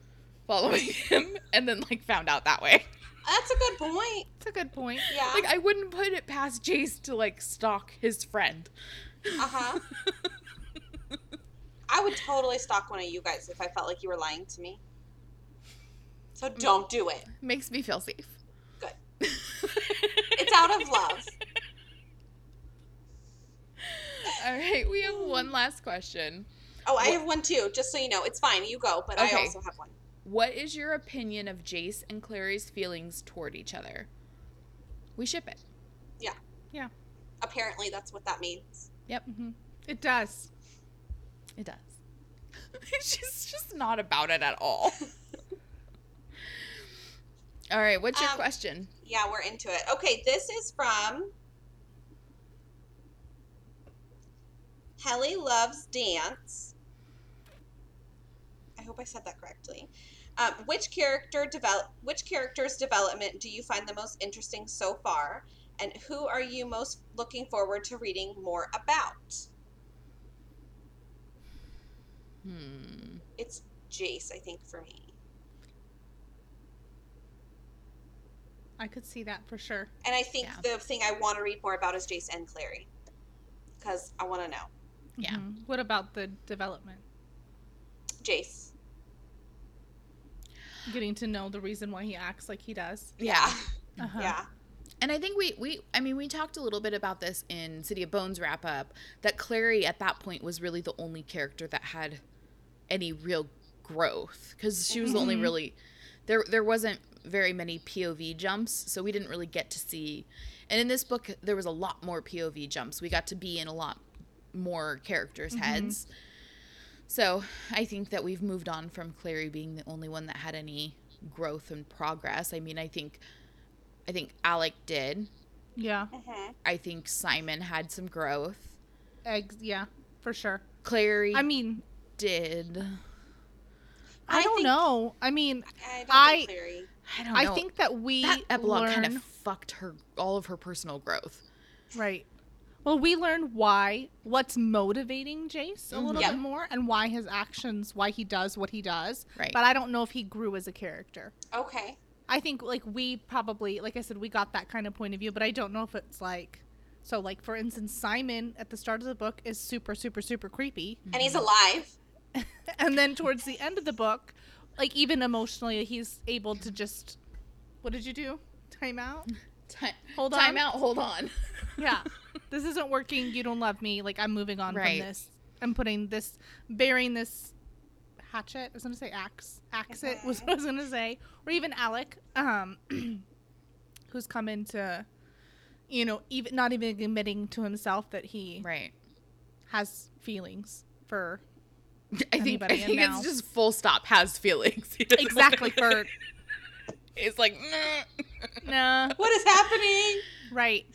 B: following *laughs* him and then like found out that way
C: That's a good point.
D: That's a good point.
C: Yeah.
B: like i wouldn't put it past jace to like stalk his friend *laughs*
C: Uh huh. I would totally stalk one of you guys if I felt like you were lying to me. So
B: Mm.
C: don't do it.
B: makes me feel safe *laughs*
C: Good. It's out of love.
B: All right, we have one last question.
C: Oh, I have one too, just so you know. It's fine. You go, but I
B: Okay.
C: also have one.
B: What is your opinion of Jace and Clary's feelings toward each other? We ship it.
C: Apparently, that's what that means. *laughs*
B: Mm-hmm.
D: hmm It does.
B: It does. *laughs* She's just not about it at all. all right, what's your
C: Um,
B: question?
C: Yeah, we're into it. Okay, this is from Helly Loves Dance. I hope I said that correctly. Um, which character develop? Which character's development do you find the most interesting so far, and who are you most looking forward to reading more about?
B: Hmm.
C: It's Jace, I think, for me.
D: I could see that for sure.
C: And I think
B: Yeah.
C: the thing I want to read more about is Jace and Clary, because I want to know
B: Yeah.
D: Mhm. What about the development?
C: Jace.
D: Getting to know the reason why he acts like he does.
B: Yeah.
D: Uh-huh.
C: Yeah.
B: And I think we we I mean we talked a little bit about this in City of Bones wrap up that Clary at that point was really the only character that had any real growth cuz she was the only
D: Mhm.
B: really there there wasn't very many POV jumps so we didn't really get to see and in this book there was a lot more POV jumps we got to be in a lot more characters
D: Mm-hmm.
B: heads so I think that we've moved on from Clary being the only one that had any growth and progress I mean I think I think Alec did
D: Yeah.
C: hmm
B: I think Simon had some growth.
D: Eggs. Yeah. For sure.
B: Clary
D: I mean,
B: did.
D: I,
C: I
D: don't
C: think-
D: know. I mean,
C: I don't
D: I-
C: think Clary.
B: I don't
D: I
B: know.
D: think that we
B: that epilogue
D: learn,
B: kind of fucked her all of her personal growth.
D: right. Well, we learn why, what's motivating Jace a
B: Mm-hmm.
D: little
C: Yeah.
D: bit more, and why his actions, why he does what he does.
B: Right.
D: But I don't know if he grew as a character.
C: Okay.
D: I think like we probably like I said we got that kind of point of view, but I don't know if it's like so like for instance Simon at the start of the book is super super super creepy, *laughs*
C: And
B: Mm-hmm.
C: he's alive.
D: and then towards the end of the book, like even emotionally he's able to just what did you do? Time out?
B: Ti-
D: Hold
B: time
D: on.
B: out. Hold
D: *laughs*
B: on.
D: Yeah. this isn't working. You don't love me. Like I'm moving on
B: Right.
D: from this. I'm putting this burying this hatchet. I was gonna say axe. Axe it was what I was gonna say. Or even Alec, um, *clears throat* who's come into, you know, even not even admitting to himself that he
B: Right.
D: has feelings
B: *laughs*
D: for
B: I think. I
D: Anybody in
B: think
D: now.
B: it's just full stop. Has feelings. *laughs* He doesn't-
D: exactly for
B: It's like. "Nah."
D: nah
C: What is happening?
D: right.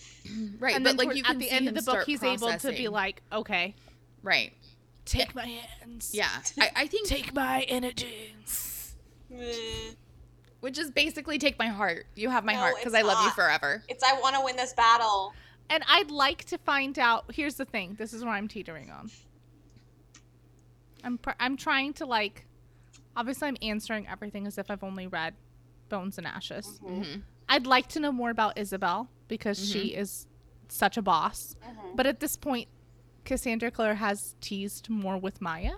B: Right. but
D: and then
B: like
D: toward-
B: you can
D: at the
B: see
D: end
B: him
D: of the book,
B: start
D: he's able to be
B: processing.
D: like, okay,
B: Right.
D: take my hands. *laughs*
B: Yeah. I, I think.
D: Take my energy.
C: Eh.
B: Which is basically take my heart. You have my
C: No,
B: heart because
C: it's
B: I love you
C: not.
B: forever.
C: It's I want to win this battle.
D: And I'd like to find out. Here's the thing. This is where I'm teetering on. I'm pr- I'm trying to like. Obviously, I'm answering everything as if I've only read Bones and Ashes.
B: Mhm.
D: I'd like to know more about Isabel because she is such a boss.
C: Mhm.
D: But at this point, Cassandra Clare has teased more with Maya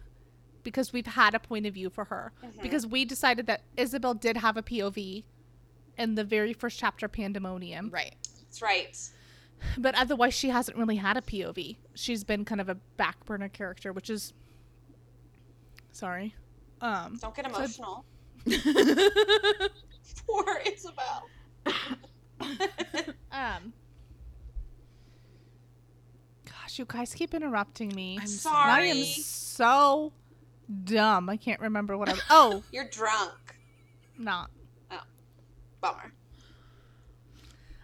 D: because we've had a point of view for her. Because we decided that Isabel did have a POV in the very first chapter, Pandemonium *laughs*
B: Right.
C: That's right.
D: But otherwise, she hasn't really had a POV. She's been kind of a back burner character, which is sorry. Um,
C: Don't get
D: so-
C: emotional. *laughs*
B: Mm-hmm.
C: Poor Isabel.
D: um, gosh, you guys keep interrupting me.
B: I'm
C: Sorry.
D: I am so dumb. I can't remember what I. Oh, *laughs*
C: You're drunk.
D: not.
C: Bummer.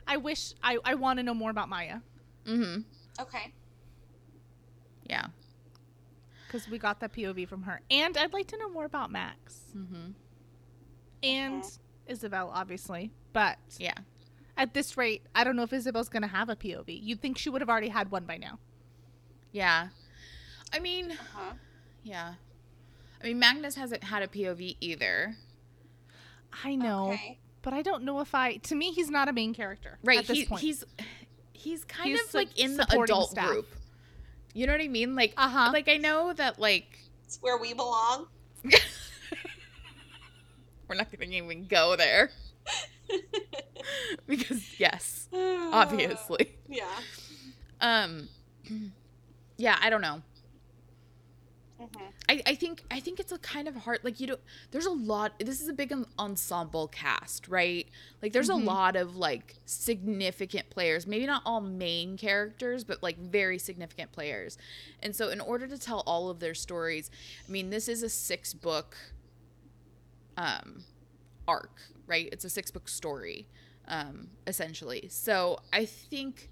D: I wish I. I want to know more about Maya
B: Mm-hmm.
C: Okay.
B: Yeah.
D: because we got that POV from her, and I'd like to know more about Max
B: Mm-hmm.
D: and Isabel, obviously. But
B: Yeah.
D: at this rate, I don't know if Isabel's gonna have a POV. You'd think she would have already had one by now.
B: Yeah. I mean,
C: Uh-huh.
B: yeah. I mean, Magnus hasn't had a POV either.
D: I know,
C: Okay.
D: but I don't know if I. To me, he's not a main character
B: Right.
D: at this
B: he,
D: point.
B: He's he's kind
D: He's
B: of
D: su-
B: like in the
D: supporting
B: adult
D: staff.
B: group. You know what I mean? Like,
D: uh huh.
B: like I know that like
C: It's where we belong. *sighs*
B: we're not going to even go
D: *laughs*
B: there *laughs* because yes,
C: Uh,
B: obviously.
C: Yeah.
B: Um, *clears throat* yeah, I don't know.
C: Mhm.
B: I, I think I think it's a kind of hard like you don't there's a lot this is a big en- ensemble cast, right? Like there's
D: Mhm.
B: a lot of like significant players, maybe not all main characters, but like very significant players. And so in order to tell all of their stories, I mean, this is a six book um arc, right? It's a six book story um essentially. So I think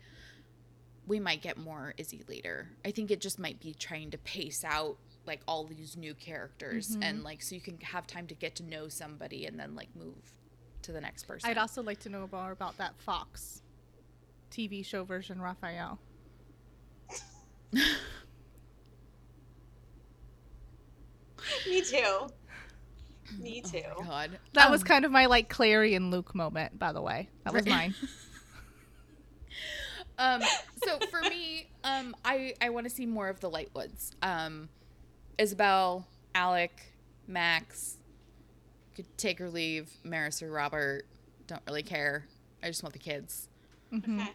B: we might get more Izzy later. I think it just might be trying to pace out like all these new characters
D: Mhm.
B: and like so you can have time to get to know somebody and then like move to the next person.
D: I'd also like to know more about that Fox TV show version Raphael.
B: *clears throat*
C: Me too. Me
B: Oh
C: too.
B: my God.
D: That was kind of my like Clary and Luke moment, by the way. That was
B: Right. *laughs*
D: mine.
B: Um so for me, um I I want to see more of the Lightwoods. Um Isabel, Alec, Max, could take or leave, Maris or Robert, don't really care. I just want the kids. Mm-hmm.
D: Mhm.
C: Okay.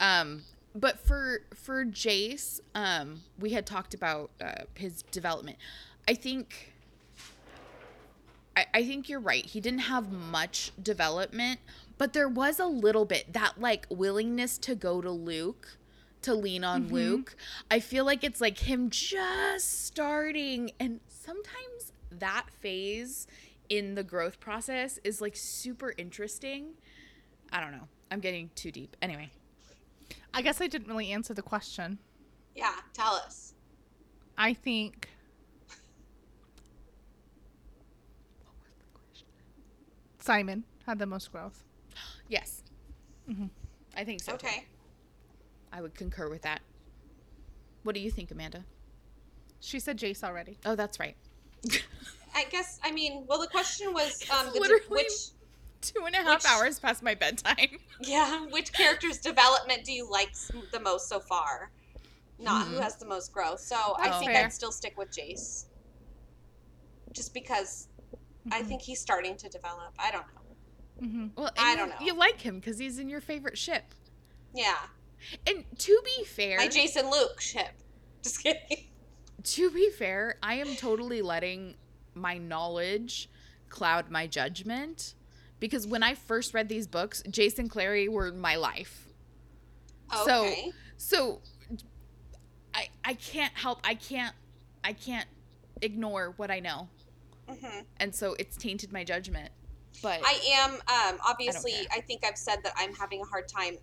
B: Um, but for for Jace, um, we had talked about uh, his development. I think. I, I think you're right. He didn't have much development, but there was a little bit that like willingness to go to Luke, to lean on Luke. I feel like it's like him just starting, and sometimes that phase in the growth process is like super interesting. I don't know. I'm getting too deep. Anyway.
D: I guess I didn't really answer the question.
C: Yeah. Tell us.
D: I think Simon had the most growth.
B: Yes.
D: Mhm.
B: I think so. too.
C: Okay.
B: I would concur with that. What do you think, Amanda?
D: She said Jace already.
B: Oh, that's right. *laughs*
C: I guess. I mean. Well, the
B: *laughs*
C: question was. Um, the
B: Literally-
C: which.
B: Two and a half
C: Which-
B: hours past my
C: *laughs*
B: bedtime.
C: Yeah. Which character's development do you like s- the most so far? Not who
B: Mhm.
C: has the most growth. So I
B: Oh.
C: think
D: Fair.
C: I'd still stick with Jace. Just because I
B: Mm-hmm.
C: think he's starting to develop. I don't know.
D: hmm
B: Well,
C: I
B: and
C: don't
B: you-
C: know.
B: You like him because he's in your favorite ship.
C: Yeah.
B: And to be fair,
C: My Jason Luke ship. *laughs* Just kidding.
B: to be fair, I am totally letting my knowledge cloud my judgment because when I first read these books, Jason Clary were my life. So-
C: Okay.
B: So I I can't help I can't I can't ignore what I know.
C: hmm
B: and so it's tainted my judgment. But
C: I am um, obviously.
B: care.
C: I, think I've said that I'm having a hard time.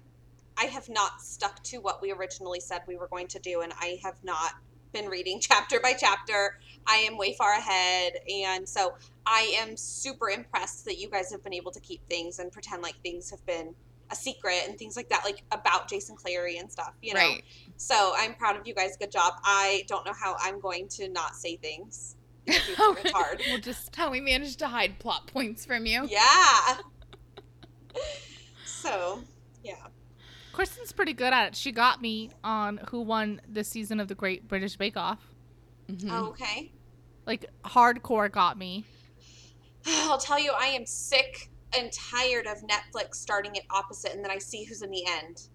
C: I have not stuck to what we originally said we were going to do, and I have not been reading *laughs* chapter by chapter. I am way far ahead, and so I am super impressed that you guys have been able to keep things and pretend like things have been a secret and things like that, like about Jason Clary and stuff. You know,
B: right,
C: so I'm proud of you guys. Good job. I don't know how I'm going to not
B: *laughs*
C: say things. in the future. It's hard.
B: Well, just how we managed to hide plot points from you.
C: Yeah. So, yeah.
D: Kristen's pretty good at it. She got me on who won this season of the Great British Bake Off.
B: Mhm.
C: Oh,
B: *gasps*
C: Okay.
D: Like hardcore got me.
C: I'll tell you, I am sick and tired of Netflix starting it opposite, and then I see who's in the end.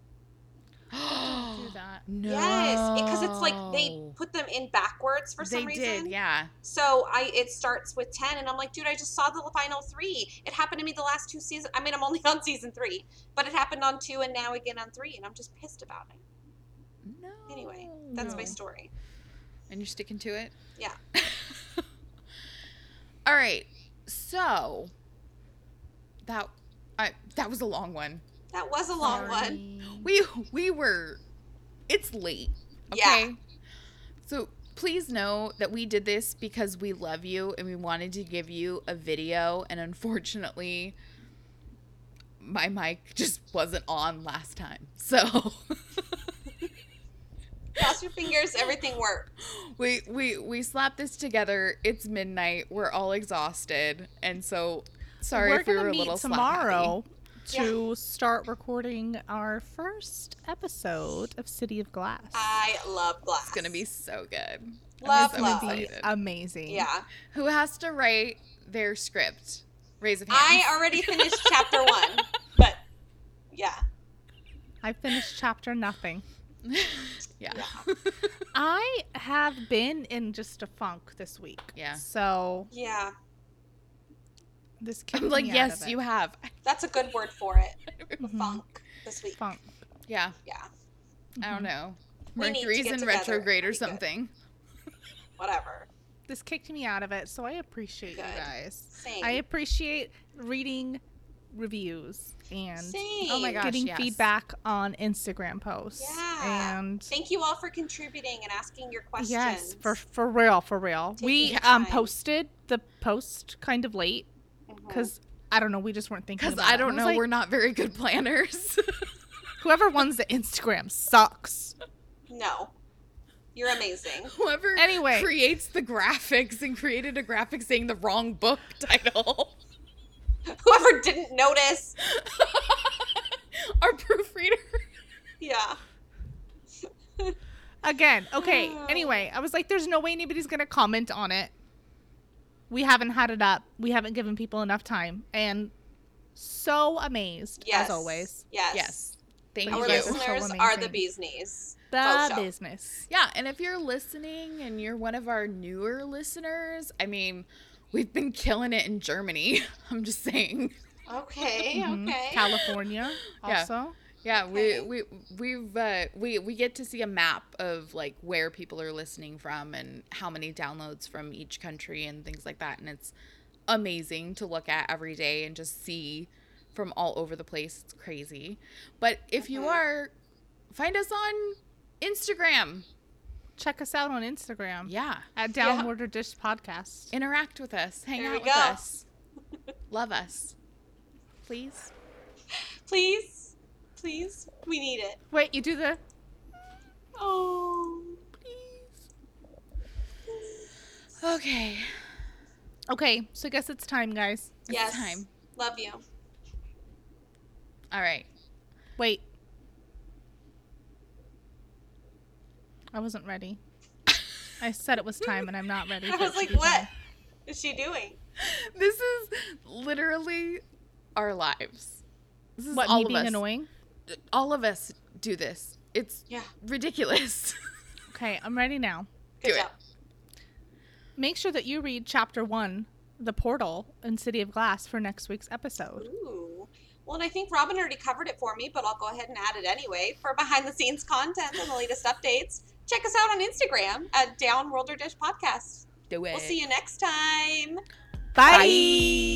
C: *gasps*
D: Don't do that.
F: No.
C: Yes, because it's like they put them in backwards for some
B: they
C: reason.
B: did, yeah.
C: So I it starts with ten, and I'm like, dude, I just saw the final three. It happened to me the last two seasons. I mean, I'm only *laughs* on season three, but it happened on two, and now again on three, and I'm just pissed about it.
B: No.
C: Anyway, that's my story.
F: And you're sticking to it?
C: Yeah.
B: *laughs* All right. So that I that was a long one.
C: That was a long one.
B: We we were it's late.
C: Yeah.
B: Okay. So please know that we did this because we love you and we wanted to give you a video and unfortunately my mic just wasn't on last time. *laughs* So
C: Cross your fingers, everything worked.
B: we we we slapped this together. It's midnight. We're all exhausted. And so sorry
D: We're
B: if we
D: gonna
B: were a
D: meet
B: little slap-happy.
D: tomorrow
C: Yeah.
D: to start recording our first episode of City of Glass.
C: I love glass.
B: It's gonna be so good.
C: love
B: so
C: love.
B: excited.
D: Be amazing.
C: Yeah,
B: Who has to write their script? Raise a hand.
C: I
D: *laughs*
C: already finished chapter one, but yeah,
D: I finished chapter nothing.
B: yeah.
D: I have been in just a funk this week.
B: Yeah.
D: So
C: yeah,
B: *laughs*
D: this kicked
B: I'm like,
D: me out
B: yes,
D: of it.
B: you have.
C: that's a good word for it.
D: Mhm.
C: Funk this week.
D: funk.
B: Yeah.
C: Yeah,
B: I don't
D: Mhm.
B: know.
C: We need to
B: Mercury's
C: get
B: in
C: together.
B: retrograde
C: That'd
B: or
C: be good.
B: something.
C: whatever.
D: This kicked me out of it, so I appreciate
C: Good.
D: you guys.
C: Same.
D: I appreciate reading reviews and
C: Same.
B: Oh my gosh,
D: getting
B: yes.
D: feedback on Instagram posts.
C: Yeah.
D: And
C: Thank you all for contributing and asking your questions.
D: yes, for for real, for real.
C: Taking
D: we
C: your
D: um
C: time.
D: posted the post kind of late
C: Mhm.
D: because I don't know, we just weren't thinking.
B: Because
D: about
B: I
D: it.
B: don't
D: was
B: know,
D: like,
B: we're not very good planners.
D: *laughs*
B: *laughs*
D: whoever runs the Instagram sucks.
C: no, you're amazing. *laughs*
B: Whoever
D: Anyway.
B: creates the graphics and created a graphic saying the wrong book *laughs* title.
C: Whoever didn't notice,
B: Our proofreader.
C: yeah,
D: Again,
C: *sighs*
D: okay. Anyway, I was like, there's no way anybody's gonna comment on it. We haven't had it up. We haven't given people enough time, and so amazed
C: yes,
D: as always.
C: yes,
B: Yes. Thank
C: Our
D: you.
B: you.
D: listen-
C: listeners
D: So
C: are the
D: amazing.
C: bees knees.
D: The
C: Faux show.
D: business.
B: Yeah, and if you're listening and you're one of our newer listeners, I mean, we've been killing it in Germany. *laughs* I'm just saying.
C: Okay,
D: Mhm.
C: okay.
D: California
B: *laughs* Yeah.
D: also.
B: Yeah, we
C: Okay.
B: we we've uh, we we get to see a map of like where people are listening from and how many downloads from each country and things like that, and it's amazing to look at every day and just see from all over the place. It's crazy, but if you
C: Mhm.
B: are, find us on Instagram.
D: Check us out on Instagram
B: Yeah,
D: at Downward or Dish Podcast.
B: interact with us, hang
C: There
B: out
C: we
B: with
C: go. *laughs*
B: us, love us, please.
C: please, please, we need it.
D: Wait, you do the
C: Oh,
B: Okay,
D: okay. So I guess it's time, guys.
C: yes.
B: time.
C: Love you.
B: all right.
D: Wait, I
B: *laughs*
D: wasn't ready. I said it was time, and I'm not ready.
C: *laughs* I
D: for it
C: was
D: to
C: like,
D: be time.
C: what is she doing?
B: this is literally our lives. This is
D: What
B: all
D: me
B: of
D: being
B: us.
D: annoying?
B: All of us do this. It's
C: Yeah.
B: ridiculous. *laughs*
D: Okay, I'm ready now.
C: Good
B: Do it.
C: job.
D: Make sure that you read chapter one, the portal in City of Glass for next week's episode.
C: Ooh. Well, and I think Robin already covered it for me, but I'll go ahead and add it anyway. For behind the scenes content and the latest updates, check us out on Instagram at Down World or Dish Podcast.
B: do it.
C: We'll see you next time.
D: Bye.